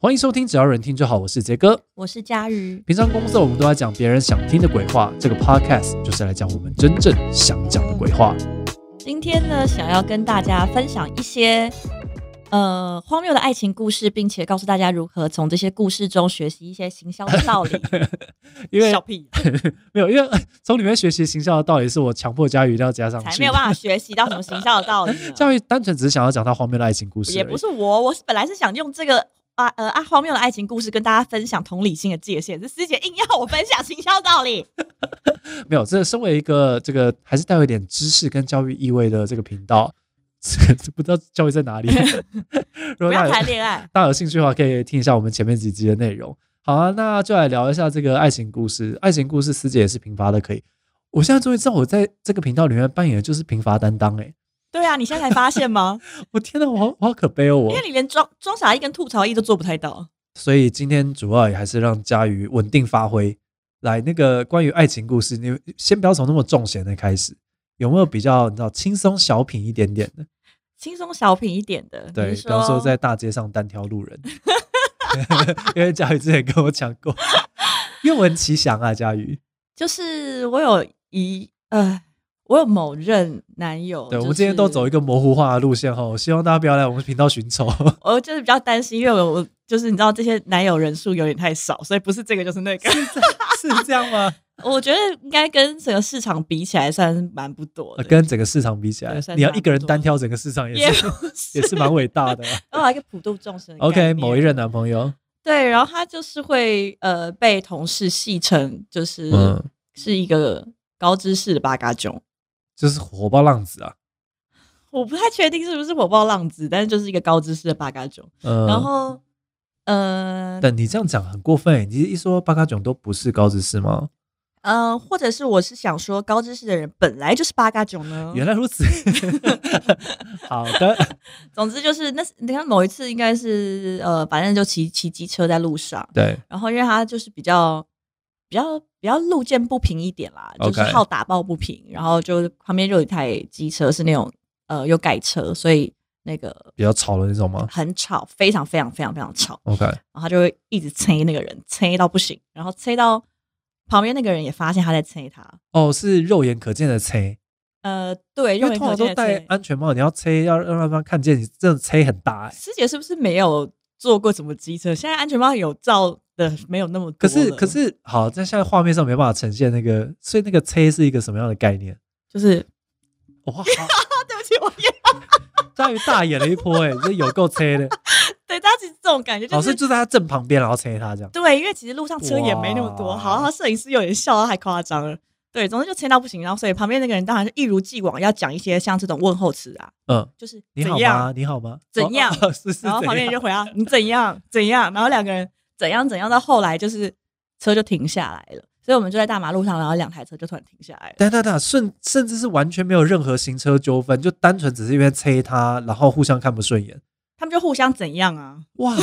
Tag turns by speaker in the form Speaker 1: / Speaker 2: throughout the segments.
Speaker 1: 欢迎收听，只要有人听就好。我是杰哥。
Speaker 2: 我是佳瑜，
Speaker 1: 平常工作我们都在讲别人想听的鬼话，这个 podcast 就是来讲我们真正想讲的鬼话。
Speaker 2: 今天呢，想要跟大家分享一些呃荒谬的爱情故事，并且告诉大家如何从这些故事中学习一些行销的道理。
Speaker 1: 因为
Speaker 2: 小屁啊
Speaker 1: 没有，因为 从里面学习行销的道理，是我强迫佳宇一定要加上
Speaker 2: 才
Speaker 1: 去。
Speaker 2: 没有办啊法学习到什么行销的道理呢
Speaker 1: 佳宇单纯只是想要讲他荒谬的爱情故事而已，
Speaker 2: 也不是我，我是本来是想用这个。啊呃啊！荒谬的爱情故事跟大家分享同理心的界限，是师姐硬要我分享行销道 理。
Speaker 1: 没有。这身为一个这个还是带有一点知识跟教育意味的这个频道，这这不知道教育在 哪里。如
Speaker 2: 不
Speaker 1: 果大
Speaker 2: 要
Speaker 1: 家
Speaker 2: 谈恋爱，
Speaker 1: 大家有兴趣的话，可以听一下我们前面几集的内容。好啊，那就来聊一下这个爱情故事。爱情故事，师姐也是贫乏的，可以。我现在终于知道，我在这个频道里面扮演的就是贫乏担当、欸。
Speaker 2: 对啊，你现在才发现吗？
Speaker 1: 我天哪，我好我好可悲哦！ 我
Speaker 2: 因为你连装装傻一跟吐槽一都做不太到。
Speaker 1: 所以今天主要也还是让佳瑜稳定发挥。来，那个关于爱情故事，你先不要从那么重咸的开始，有没有比较你知道轻松小品一点点的？
Speaker 2: 轻松小品一点的，
Speaker 1: 对，
Speaker 2: 你
Speaker 1: 比方说在大街上单挑路 人， 因为佳瑜之前跟我讲过，愿闻其详啊，佳瑜。
Speaker 2: 就是我有一呃，我有某任男友，
Speaker 1: 对，
Speaker 2: 哦就
Speaker 1: 我们今天都走一
Speaker 2: 是，
Speaker 1: 个模糊化的路线哈，我希望大家不要来我们频道寻仇。
Speaker 2: 我 就是比较担心，因为我就是你知道这些男友人数有点太少，所以不是这个就是那个。
Speaker 1: 是 这样吗？
Speaker 2: 我觉得应该跟整个市场比起来，算是蛮不多
Speaker 1: 呃
Speaker 2: 的。
Speaker 1: 跟整个市场比起来
Speaker 2: 对，算
Speaker 1: 你要
Speaker 2: 差
Speaker 1: 一
Speaker 2: 不
Speaker 1: 个人
Speaker 2: 多
Speaker 1: 单挑整个市场也
Speaker 2: 也
Speaker 1: 是
Speaker 2: 不
Speaker 1: 也是蛮伟大 的啊。
Speaker 2: 我有一个普度众生的概
Speaker 1: OK，
Speaker 2: 念。
Speaker 1: 某一任男朋友，
Speaker 2: 对，然后他就是会呃被同事戏称，就是、
Speaker 1: 嗯，
Speaker 2: 是一个高知识的八嘎囧。
Speaker 1: 就是火爆浪子啊。
Speaker 2: 我不太确定是不是火爆浪子，但是就是一个高知识的八嘎囧。
Speaker 1: 嗯，
Speaker 2: 然后，呃，
Speaker 1: 但你这样讲很过分欸，你一说巴卡囧都不是高知识吗？
Speaker 2: 嗯、或者是我是想说，高知识的人本来就是八嘎囧呢。
Speaker 1: 原来如 此。好的，
Speaker 2: 总之就是那，你看某一次应该是呃，反正就骑骑机车在路上，
Speaker 1: 对，
Speaker 2: 然后因为他就是比较比较比较路见不平一点啦
Speaker 1: OK
Speaker 2: 就是好打抱不平，然后就旁边就有一台机车是那种呃有改车，所以那个
Speaker 1: 比较吵的那种吗
Speaker 2: 很吵，非常非常非常非常吵，
Speaker 1: ？OK，
Speaker 2: 然后他就会一直催那个人，催到不行，然后催到旁边那个人也发现他在催他，
Speaker 1: 哦，是肉眼可见的催，
Speaker 2: 呃，对，
Speaker 1: 因
Speaker 2: 肉
Speaker 1: 为
Speaker 2: 眼
Speaker 1: 通常
Speaker 2: 可
Speaker 1: 都
Speaker 2: 见的
Speaker 1: 戴
Speaker 2: 催。
Speaker 1: 安全帽，你要催，要让对方看见你，真的催很大欸
Speaker 2: 师姐是不是没有坐过什么机车？现在安全帽有照的没有那么多。
Speaker 1: 可是可，是好，在现在画面上没办法呈现那个，所以那个催是一个什么样的概念？
Speaker 2: 就是
Speaker 1: 哇，好
Speaker 2: 啊，对不起，我也
Speaker 1: 佳宇 大演了一波哎、欸，这有够催 的。
Speaker 2: 对，大家其实这种感觉
Speaker 1: 老
Speaker 2: 就
Speaker 1: 师
Speaker 2: 是。
Speaker 1: 就在他正旁边，然后催他这样。
Speaker 2: 对，因为其实路上车也没那么多，
Speaker 1: 哇
Speaker 2: 好，他摄影师有点笑，他还夸张了。对，总之就催到不行，然后所以旁边那个人当然是一如既往要讲一些像这种问候词啊，
Speaker 1: 嗯，
Speaker 2: 就是
Speaker 1: 你
Speaker 2: 怎
Speaker 1: 好吗？
Speaker 2: 样，
Speaker 1: 你好吗？
Speaker 2: 怎样
Speaker 1: 哦 是是怎
Speaker 2: 然后
Speaker 1: 样。
Speaker 2: 旁边人就回答你怎样怎样，然后两个人怎样怎样，到后来就是车就停下来了，所以我们就在大马路上，然后两台车就突然停下来了。
Speaker 1: 等等等，甚甚至是完全没有任何行车纠纷，就单纯只是因为催他，然后互相看不顺眼。
Speaker 2: 他们就互相怎样啊？
Speaker 1: 哇！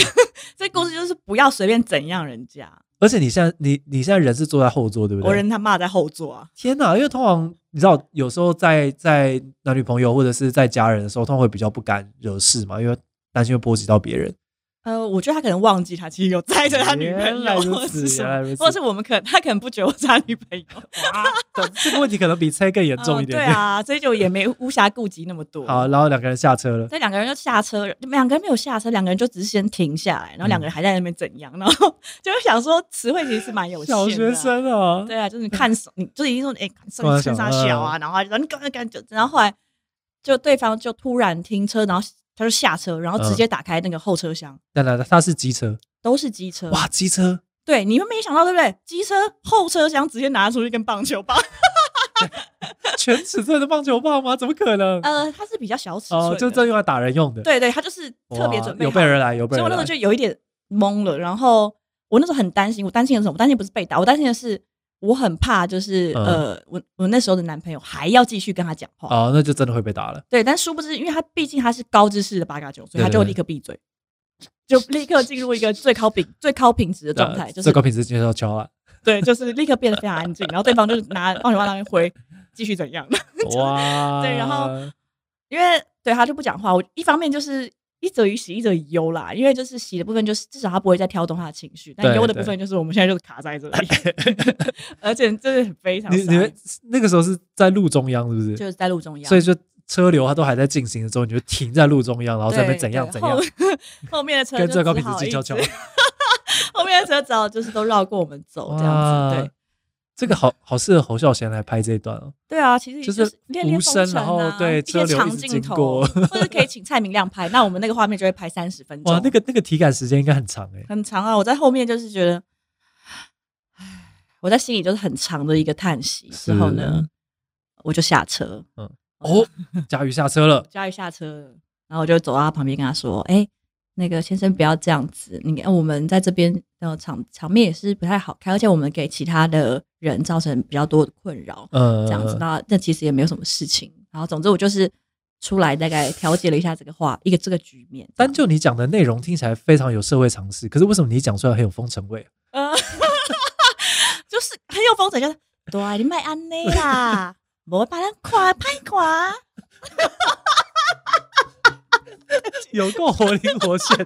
Speaker 2: 这故事就是不要随便怎样人家，
Speaker 1: 而且你现在你你现在人是坐在后座对不对？
Speaker 2: 我人他妈在后座啊。
Speaker 1: 天哪！因为通常你知道，有时候在在男女朋友或者是在家人的时候，通常会比较不敢惹事嘛，因为担心会波及到别人。
Speaker 2: 呃，我觉得他可能忘记他其实有载着他女
Speaker 1: 原
Speaker 2: 朋
Speaker 1: 来
Speaker 2: 友，
Speaker 1: 如
Speaker 2: 或者
Speaker 1: 此
Speaker 2: 是什
Speaker 1: 原
Speaker 2: 么
Speaker 1: 来如此
Speaker 2: 或者是我们可他可能不觉得我是他女朋 友，
Speaker 1: 哇，等这个问题可能比猜更严重一点
Speaker 2: 嗯
Speaker 1: 点。
Speaker 2: 啊对啊，所以就也没无暇顾及那么 多。
Speaker 1: 好，，然后两个人下车了。
Speaker 2: 这两个人就下车，两个人没有下车，两个人就只是先停下来，然后两
Speaker 1: 嗯
Speaker 2: 个人还在那边怎样，然后 就会想说词汇其实是蛮有限的啊
Speaker 1: 小学。生啊，
Speaker 2: 对啊，就是你看手，你就已经说哎，看
Speaker 1: 突然
Speaker 2: 上
Speaker 1: 想
Speaker 2: 身上
Speaker 1: 嗯
Speaker 2: 小啊，然后他就说你赶快赶紧，然后后来就对方就突然停车，然后他就下车，然后
Speaker 1: 嗯
Speaker 2: 直接打开那个后车厢，
Speaker 1: 当然了，他是机车，
Speaker 2: 都是机车。
Speaker 1: 哇，机车，
Speaker 2: 对，你们没想到对不对？机车后车厢直接拿出去跟棒 球棒，
Speaker 1: 全尺寸的棒球棒吗？怎么可能？
Speaker 2: 呃，它是比较小尺寸的，
Speaker 1: 哦，就这用来打人用的。
Speaker 2: 对对，他就是特别
Speaker 1: 哇
Speaker 2: 准备
Speaker 1: 有
Speaker 2: 好
Speaker 1: 备而来，有备
Speaker 2: 所以
Speaker 1: 而
Speaker 2: 我那时
Speaker 1: 来
Speaker 2: 候。就有一点懵了。然后我那时候很担心，我担心的是什么？我担心不是被打，我担心的是我很怕，就是、
Speaker 1: 嗯
Speaker 2: 呃，我我那时候的男朋友还要继续跟他讲话。
Speaker 1: 哦，那就真的会被打了。
Speaker 2: 对，但殊不知，因为他毕竟他是高知识的八嘎囧，所以他
Speaker 1: 对对
Speaker 2: 就
Speaker 1: 对
Speaker 2: 立刻闭嘴，就立刻进入一个最高品、最高品质的状态，
Speaker 1: 呃
Speaker 2: 就
Speaker 1: 最
Speaker 2: 是
Speaker 1: 高品质接受敲 啊！
Speaker 2: 对，就是立刻变得非常安静。然后对方就是拿棒球棒那边挥，继续怎样？
Speaker 1: 哇，
Speaker 2: 对然后因为对他就不讲话。我一方面就是一则于喜，一则于忧啦。因为就是喜的部分，就是至少他不会再挑动他的情绪；但
Speaker 1: 对
Speaker 2: 忧的部
Speaker 1: 对
Speaker 2: 分，就是我们现在就是卡在 这里，而且真的很非常
Speaker 1: 你
Speaker 2: 傻
Speaker 1: 你们
Speaker 2: 眼，
Speaker 1: 那个时候是在路中央是不是？
Speaker 2: 就是在路中央，
Speaker 1: 所以就车流它都还在进行的时候，你就停在路中央，然后在那边
Speaker 2: 对
Speaker 1: 怎样怎
Speaker 2: 对
Speaker 1: 样
Speaker 2: 后， 后面的车
Speaker 1: 跟
Speaker 2: 就
Speaker 1: 最高
Speaker 2: 只
Speaker 1: 品质
Speaker 2: 好
Speaker 1: 静
Speaker 2: 一
Speaker 1: 悄悄
Speaker 2: 直。 后面的车只好就是都绕过我们走这样子，对。，
Speaker 1: 这个好好适合侯孝贤来拍这一段哦。
Speaker 2: 对啊，其实
Speaker 1: 就
Speaker 2: 就是是练练
Speaker 1: 无
Speaker 2: 风
Speaker 1: 声
Speaker 2: 筝
Speaker 1: 然后
Speaker 2: 啊
Speaker 1: 对
Speaker 2: 一
Speaker 1: 车流
Speaker 2: 些
Speaker 1: 一
Speaker 2: 长
Speaker 1: 直
Speaker 2: 镜
Speaker 1: 经
Speaker 2: 头，
Speaker 1: 过
Speaker 2: 或者可以请蔡明亮拍，那我们那个画面就会拍三十分钟。
Speaker 1: 哇， 那个那个体感时间应该很长哎。
Speaker 2: 很长啊！我在后面就是觉得，唉我在心里就是很长的一个叹息。之后呢，我就下车，
Speaker 1: 哦，佳宇下车了，
Speaker 2: 佳宇下车了，然后我就走到他旁边跟他说：“哎、那个先生不要这样子，你呃看我们在这边的场场面也是不太好看，而且我们给其他的人造成比较多的困扰，
Speaker 1: 嗯，
Speaker 2: 这样子。那那其实也没有什么事情。然后总之我就是出来大概调节了一下这个话一个这个局面，
Speaker 1: 单就你讲的内容听起来非常有社会常识，可是为什么你讲出来很有风尘味 啊？
Speaker 2: 呃，就是很有风采，就是对，你卖安内啦，我把人垮拍垮。
Speaker 1: 有够活灵活现，
Speaker 2: 好想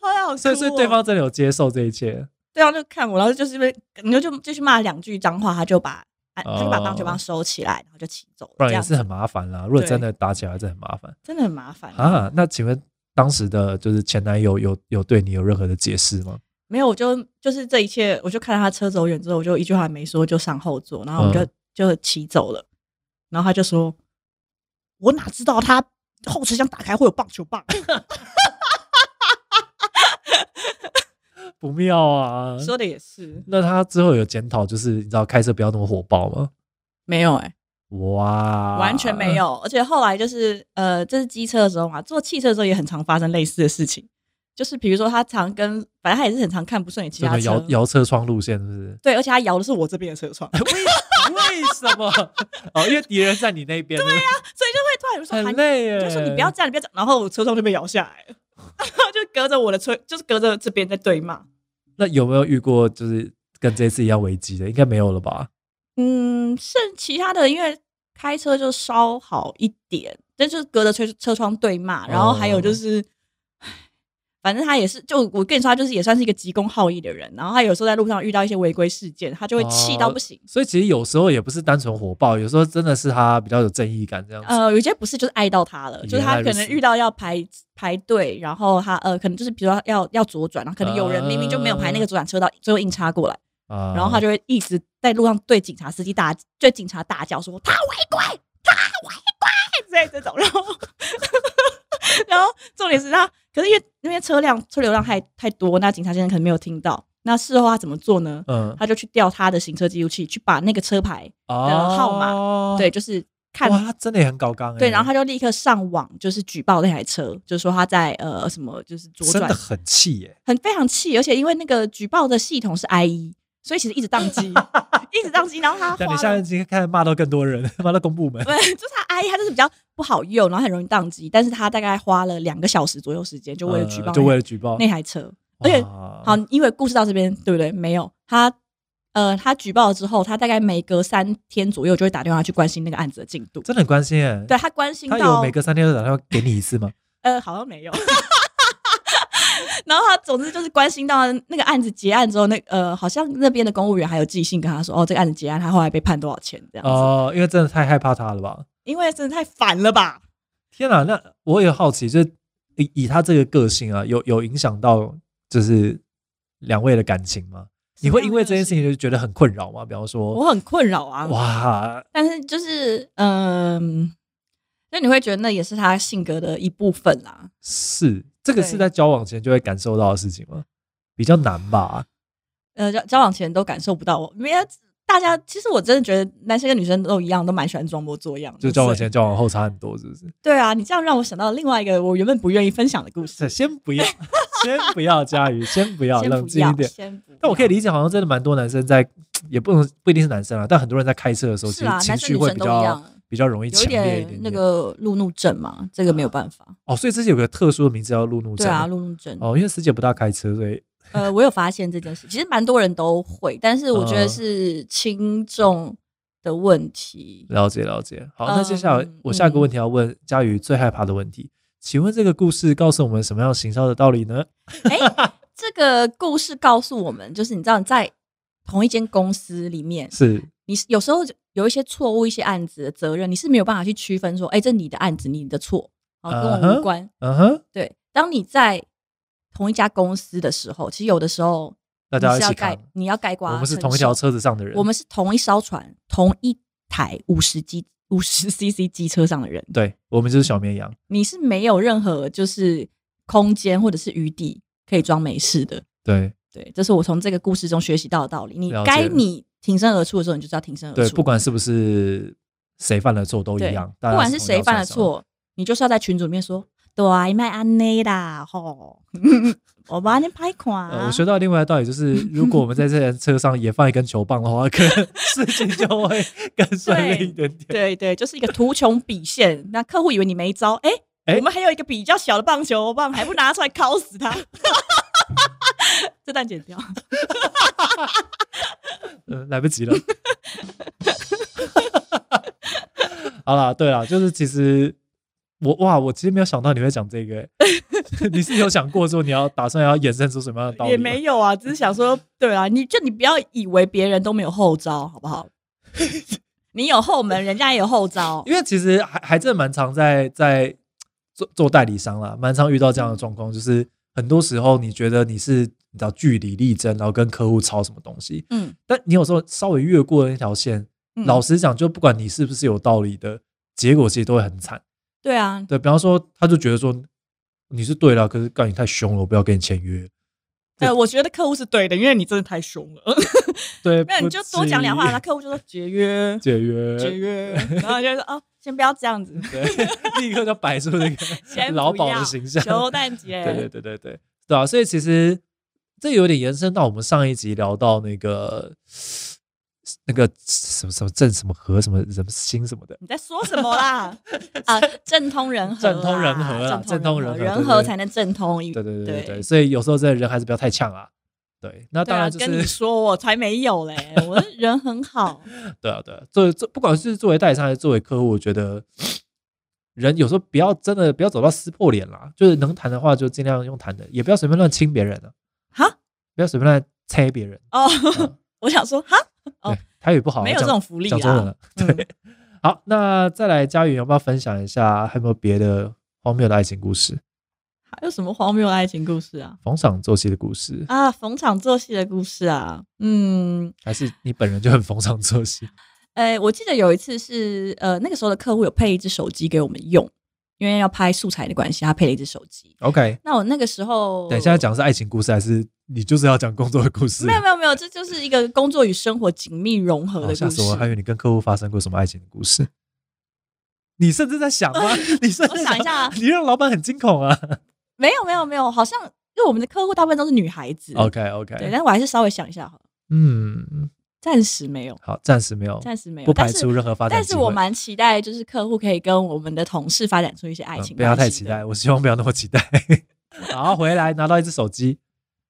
Speaker 2: 哭哦
Speaker 1: 所以所以 对方真的有接受这一切。
Speaker 2: 对方就看我，然后就是被你就就继续骂两句脏话，他就把安
Speaker 1: 哦
Speaker 2: 他就把棒球棒收起来，然后就骑走了，
Speaker 1: 不
Speaker 2: 这
Speaker 1: 然也
Speaker 2: 样
Speaker 1: 是
Speaker 2: 子
Speaker 1: 很麻烦啦。如果
Speaker 2: 对
Speaker 1: 真的打起来，真的很麻烦
Speaker 2: 真的很麻烦。
Speaker 1: 啊。那请问当时的就是前男友有有对你有任何的解释吗？
Speaker 2: 没有，我就就是这一切，我就看到他车走远之后，我就一句话没说，就上后座，然后我们就、
Speaker 1: 嗯
Speaker 2: 就骑走了。然后他就说：“我哪知道他后车厢打开会有棒球棒？”
Speaker 1: 不妙啊！
Speaker 2: 说的也是，
Speaker 1: 那他之后有检讨，就是你知道开车不要那么火爆吗？
Speaker 2: 没有哎、
Speaker 1: 欸哇，
Speaker 2: 完全没。
Speaker 1: 啊
Speaker 2: 有。而且后来就是呃，这是机车的时候嘛，坐汽车的时候也很常发生类似的事情，就是比如说他常跟，反正他也是很常看不顺眼其
Speaker 1: 真
Speaker 2: 他
Speaker 1: 的摇
Speaker 2: 车，？
Speaker 1: 摇车窗路线是不是
Speaker 2: 对，而且他摇的是我这边的车窗，所
Speaker 1: 为为什么？哦，因为敌人在你那边，对呀、
Speaker 2: 以就会突然有人啊说
Speaker 1: 很
Speaker 2: 喊
Speaker 1: 累耶。
Speaker 2: 你，就说你不要这样，你不要这样，然后我车窗就被摇下来了。 然后就隔着我的车，就是隔着这边在对骂。
Speaker 1: 那有没有遇过就是跟这次一样危机的？应该没有了吧？
Speaker 2: 嗯，剩其他的，因为开车就稍好一点，但就是隔着车车窗对骂，然后还有就是，唉反正他也是，就我跟你说，他就是也算是一个急功好义的人，然后他有时候在路上遇到一些违规事件，他就会气到不行。
Speaker 1: 所以其实有时候也不是单纯火爆，有时候真的是他比较有正义感这样子。
Speaker 2: 呃，有些不是就是爱到他了，
Speaker 1: 原
Speaker 2: 就是他
Speaker 1: 来如
Speaker 2: 可
Speaker 1: 此
Speaker 2: 能遇到要排排队，然后他呃，可能就是比如说要要左转，然后可能有人明明就没有排那个左转车道，最后硬插过来，
Speaker 1: 啊
Speaker 2: 呃然后他就会一直在路上对警察司机大对警察大叫说他违规，他违规之类这种，然后然后重点是他，可是因为那边车辆车流量太太多，那警察先生可能没有听到，那事后他怎么做呢？
Speaker 1: 嗯
Speaker 2: 他就去调他的行车记录器，去把那个车牌，的号码
Speaker 1: 码
Speaker 2: 对，就是看
Speaker 1: 哦哇，他真的也很高刚哎。
Speaker 2: 对，然后他就立刻上网，就是举报那台车，就是说他在呃什么，就是左
Speaker 1: 真
Speaker 2: 转
Speaker 1: 的，很气耶。
Speaker 2: 很非常气，而且因为那个举报的系统是 IE，所以其实一直宕 机，一直宕机，然后他
Speaker 1: 但
Speaker 2: 花
Speaker 1: 你
Speaker 2: 了
Speaker 1: 下一集开始骂到更多人，骂到公 部门
Speaker 2: 不。是，就是他哎 IE，他就是比较不好用，然后很容易宕机，但是他大概花了两个小时左右时间，就为了举报那、
Speaker 1: 呃就为了举报
Speaker 2: 那台车，而且
Speaker 1: 哇
Speaker 2: 好，因为故事到这边对不对？没有他。呃，他举报了之后，他大概每隔三天左右就会打电话去关心那个案子的进度。
Speaker 1: 真的很关心哎。
Speaker 2: 对他关心
Speaker 1: 他
Speaker 2: 到
Speaker 1: 有每隔三天都打电话给你一次吗？
Speaker 2: 呃，好像没有。 然后他总之就是关心到那个案子结案之后，那呃，好像那边的公务员还有寄信跟他说，哦，这个案子结案，他后来被判多少钱 这样子，
Speaker 1: 哦，因为真的太害怕他了吧？
Speaker 2: 因为真的太烦了吧？
Speaker 1: 天哪，那我也好奇，就是以以他这个个性啊，有有影响到就是两位的感情吗？你会因为这件事情就觉得很困扰吗？比方说，
Speaker 2: 我很困扰啊。
Speaker 1: 哇，
Speaker 2: 但是就是嗯，那、你会觉得那也是他性格的一部分啦。
Speaker 1: 是这个
Speaker 2: 对
Speaker 1: 是在交往前就会感受到的事情吗？比较难吧？
Speaker 2: 呃，交交往前都感受不到我，因为大家其实我真的觉得男生跟女生都一样，都蛮喜欢装模作样的。
Speaker 1: 就交往
Speaker 2: 所以
Speaker 1: 前、交往后差很多，是不是？
Speaker 2: 对啊，你这样让我想到另外一个我原本不愿意分享的故
Speaker 1: 这
Speaker 2: 事。
Speaker 1: 先 不要，先不要，佳宇，先不要，
Speaker 2: 先
Speaker 1: 冷
Speaker 2: 不
Speaker 1: 静一
Speaker 2: 要，
Speaker 1: 点。
Speaker 2: 先不要。
Speaker 1: 但我可以理解，好像真的蛮多男生在，也不能不一定是男生啊，但很多人在开车的时候，其
Speaker 2: 是
Speaker 1: 实
Speaker 2: 啊，
Speaker 1: 情
Speaker 2: 男
Speaker 1: 绪
Speaker 2: 生女
Speaker 1: 会
Speaker 2: 生
Speaker 1: 比
Speaker 2: 都一
Speaker 1: 较
Speaker 2: 样，
Speaker 1: 比较容易
Speaker 2: 有
Speaker 1: 强
Speaker 2: 一
Speaker 1: 烈一
Speaker 2: 点
Speaker 1: 点
Speaker 2: 那
Speaker 1: 点。
Speaker 2: 个路怒症嘛，这个没有办法。
Speaker 1: 哦，所以这是有个特殊的名字叫路怒症。
Speaker 2: 对啊，路怒症。
Speaker 1: 哦，因为师姐不大开车，所以
Speaker 2: 呃，我有发现这件事，其实蛮多人都会，但是我觉
Speaker 1: 嗯
Speaker 2: 得是轻重的问题。
Speaker 1: 了解了解。好，那接下来
Speaker 2: 嗯
Speaker 1: 我下一个
Speaker 2: 嗯
Speaker 1: 问题要问佳宇最害怕的问题，请问这个故事告诉我们什么样行销的道理呢？
Speaker 2: 哎、这个故事告诉我们，就是你知道你在同一间公司里面，
Speaker 1: 是
Speaker 2: 你是有时候有一些错误、一些案子的责任，你是没有办法去区分说，哎、这你的案子，你的错，啊，
Speaker 1: 嗯
Speaker 2: 跟我
Speaker 1: 哼
Speaker 2: 无关。
Speaker 1: 嗯哼，
Speaker 2: 对，当你在同一家公司的时候，其实有的时候
Speaker 1: 大家一
Speaker 2: 你是要
Speaker 1: 起
Speaker 2: 盖
Speaker 1: 看，，
Speaker 2: 你要盖
Speaker 1: 我
Speaker 2: 瓜承受，
Speaker 1: 们是同一条车子上的人，
Speaker 2: 我们是同一艘船，同一台五十机 五十 CC 机车上的人，
Speaker 1: 对，我们就是小绵羊。
Speaker 2: 你是没有任何就是空间或者是余地可以装没事的。
Speaker 1: 对
Speaker 2: 对，这是我从这个故事中学习到的道理。你
Speaker 1: 了解
Speaker 2: 该你挺身而出的时候，你就知道挺身而出。
Speaker 1: 对，不管是不是谁犯了错都一
Speaker 2: 呃对
Speaker 1: 样，大家
Speaker 2: 不管是
Speaker 1: 同一
Speaker 2: 谁
Speaker 1: 条
Speaker 2: 犯了
Speaker 1: 船上，
Speaker 2: 错，你就是要在群组里面说，对，卖安内啦，吼， 我把你拍啊垮、
Speaker 1: 呃，我学到另外一个道理就是，如果我们在这台车上也放一根球棒的话，可 能事情就会更顺利一点 点。
Speaker 2: 对对，就是一个图穷匕现。那客户以为你没招，哎、
Speaker 1: 哎
Speaker 2: 我们还有一个比较小的棒球棒，还不拿出来敲 死他？这段剪掉。
Speaker 1: 呃，来不及了。 好啦，对啦，就是其实我哇，我其实没有想到你会讲这个、欸 你是有想过说你要打算要衍生出什么样的道理？
Speaker 2: 也没，有啊，只是 想说，对啊，你就你不要以为别人都没有后招，好不 好？你有后门，人家也有后招。
Speaker 1: 因为其实还还真的蛮常在在做做代理商啦，蛮常遇到这样
Speaker 2: 嗯
Speaker 1: 的状况，就是很多时候你觉得你是你知道据理力争，然后跟客户吵什么东西，
Speaker 2: 嗯，
Speaker 1: 但你有时候稍微越过了那条线，
Speaker 2: 嗯
Speaker 1: 老实讲，就不管你是不是有道理的，结果其实都会很惨。
Speaker 2: 对啊，
Speaker 1: 对，比方说，他就觉得说你是对啊啦，可是干你太凶了，我不要跟你签约。
Speaker 2: 呃，我觉得客户是对的，因为你真的太凶了。
Speaker 1: 对，
Speaker 2: 那你就多讲两话，
Speaker 1: 呃
Speaker 2: 那
Speaker 1: 不呃
Speaker 2: 客户就说解 约，
Speaker 1: 至于解约，
Speaker 2: 解约，然后就说哦，先不要这样子，
Speaker 1: 对， 立刻就摆出那
Speaker 2: 先
Speaker 1: 个 老
Speaker 2: 不
Speaker 1: 鸨
Speaker 2: 要
Speaker 1: 的形象。
Speaker 2: 求 蛋姐，
Speaker 1: 对对对对对，对啊，所以其实这有点延伸到我们上一集聊到那个那个什么什么正什么和什么什么心什么的，
Speaker 2: 你在说什 么啦？啊，政通人和啊，
Speaker 1: 政通人和啦
Speaker 2: 政
Speaker 1: 政通人和
Speaker 2: 人
Speaker 1: 对对
Speaker 2: 和
Speaker 1: 对
Speaker 2: 才能政通。
Speaker 1: 对对对对对，
Speaker 2: 对啊
Speaker 1: 所以有时候真的人还是不要太呛啊。对，那
Speaker 2: 对
Speaker 1: 当
Speaker 2: 啊，
Speaker 1: 然就
Speaker 2: 跟你
Speaker 1: 是
Speaker 2: 说，我才没有 嘞，我人很好。
Speaker 1: 对啊对啊，作为作不管是作为代理商还是作为客户，我觉得人有时候不要真的不要走到撕破脸啦，就是能谈的话就尽量用谈的，也不要随便乱亲别人啊，
Speaker 2: 哈
Speaker 1: 不要随便乱猜别人。
Speaker 2: 哦
Speaker 1: 嗯，
Speaker 2: 我想说哈，哦
Speaker 1: 对，台语不好，啊
Speaker 2: 没有
Speaker 1: 讲
Speaker 2: 这种福利啊
Speaker 1: 讲
Speaker 2: 嗯
Speaker 1: 中文
Speaker 2: 啦。
Speaker 1: 了。对，好，那再来佳宇有没有分享一下，还有没有别的荒谬的爱情故事、
Speaker 2: 还有什么荒谬的爱情故事啊？
Speaker 1: 逢场作戏的故事，
Speaker 2: 啊，逢场作戏的故事啊，嗯，
Speaker 1: 还是你本人就很逢场作戏？
Speaker 2: 呃，我记得有一次是呃，那个时候的客户有配一只手机给我们用，因为要拍素材的关系，他配了一只手机。
Speaker 1: OK，
Speaker 2: 那我那个时候，
Speaker 1: 等一下讲的是爱情故事，还是你就是要讲工作的故事？
Speaker 2: 没有没有没有，这就是一个工作与生活紧密融合
Speaker 1: 哦
Speaker 2: 的故
Speaker 1: 吓
Speaker 2: 事。
Speaker 1: 死我！还以为你跟客户发生过什么爱情的故事。你甚至在想 吗？你甚至
Speaker 2: 我想一下啊
Speaker 1: 你让老板很惊恐啊。
Speaker 2: 没有没有没有，好像因为我们的客户大部分都是女孩子
Speaker 1: OK
Speaker 2: 嗯对，
Speaker 1: 哦 OK，
Speaker 2: 但我还是稍微想一下好了，
Speaker 1: 嗯，
Speaker 2: 暂时没有，
Speaker 1: 好，暂时没有，
Speaker 2: 暂时没
Speaker 1: 哦
Speaker 2: 有，
Speaker 1: 不排除任何发展
Speaker 2: 但是。但
Speaker 1: 机
Speaker 2: 是
Speaker 1: 会。
Speaker 2: 我蛮期待，就是客户可以跟我们的同事发展出一些爱
Speaker 1: 嗯
Speaker 2: 情、
Speaker 1: 不要太期待，。我希望不要那么期待。 好，回来拿到一只手机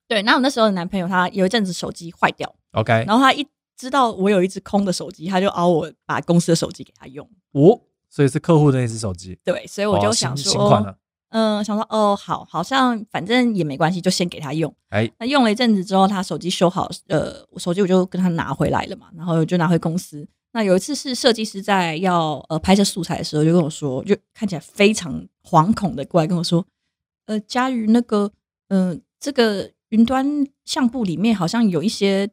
Speaker 2: 对，那我那时候的男朋友他有一阵子手机坏掉，
Speaker 1: ，OK，
Speaker 2: 然后他一知道我有一只空的手机，他就熬我把公司的手机给他用。
Speaker 1: 五，所以是客户的那只手机。
Speaker 2: 对，所以我
Speaker 1: 哇
Speaker 2: 就
Speaker 1: 哦新
Speaker 2: 想说，
Speaker 1: 新款啊了，
Speaker 2: 嗯，想说哦，好，好像反正也没关系，就先给他用。
Speaker 1: 哎，
Speaker 2: 那用了一阵子之后，他手机修好，呃，我手机我就跟他拿回来了嘛，然后我就拿回公司。那有一次是设计师在要呃拍摄素材的时候，就跟我说，就看起来非常惶恐的过来跟我说，呃，佳瑜那个，嗯、这个云端相簿里面好像有一些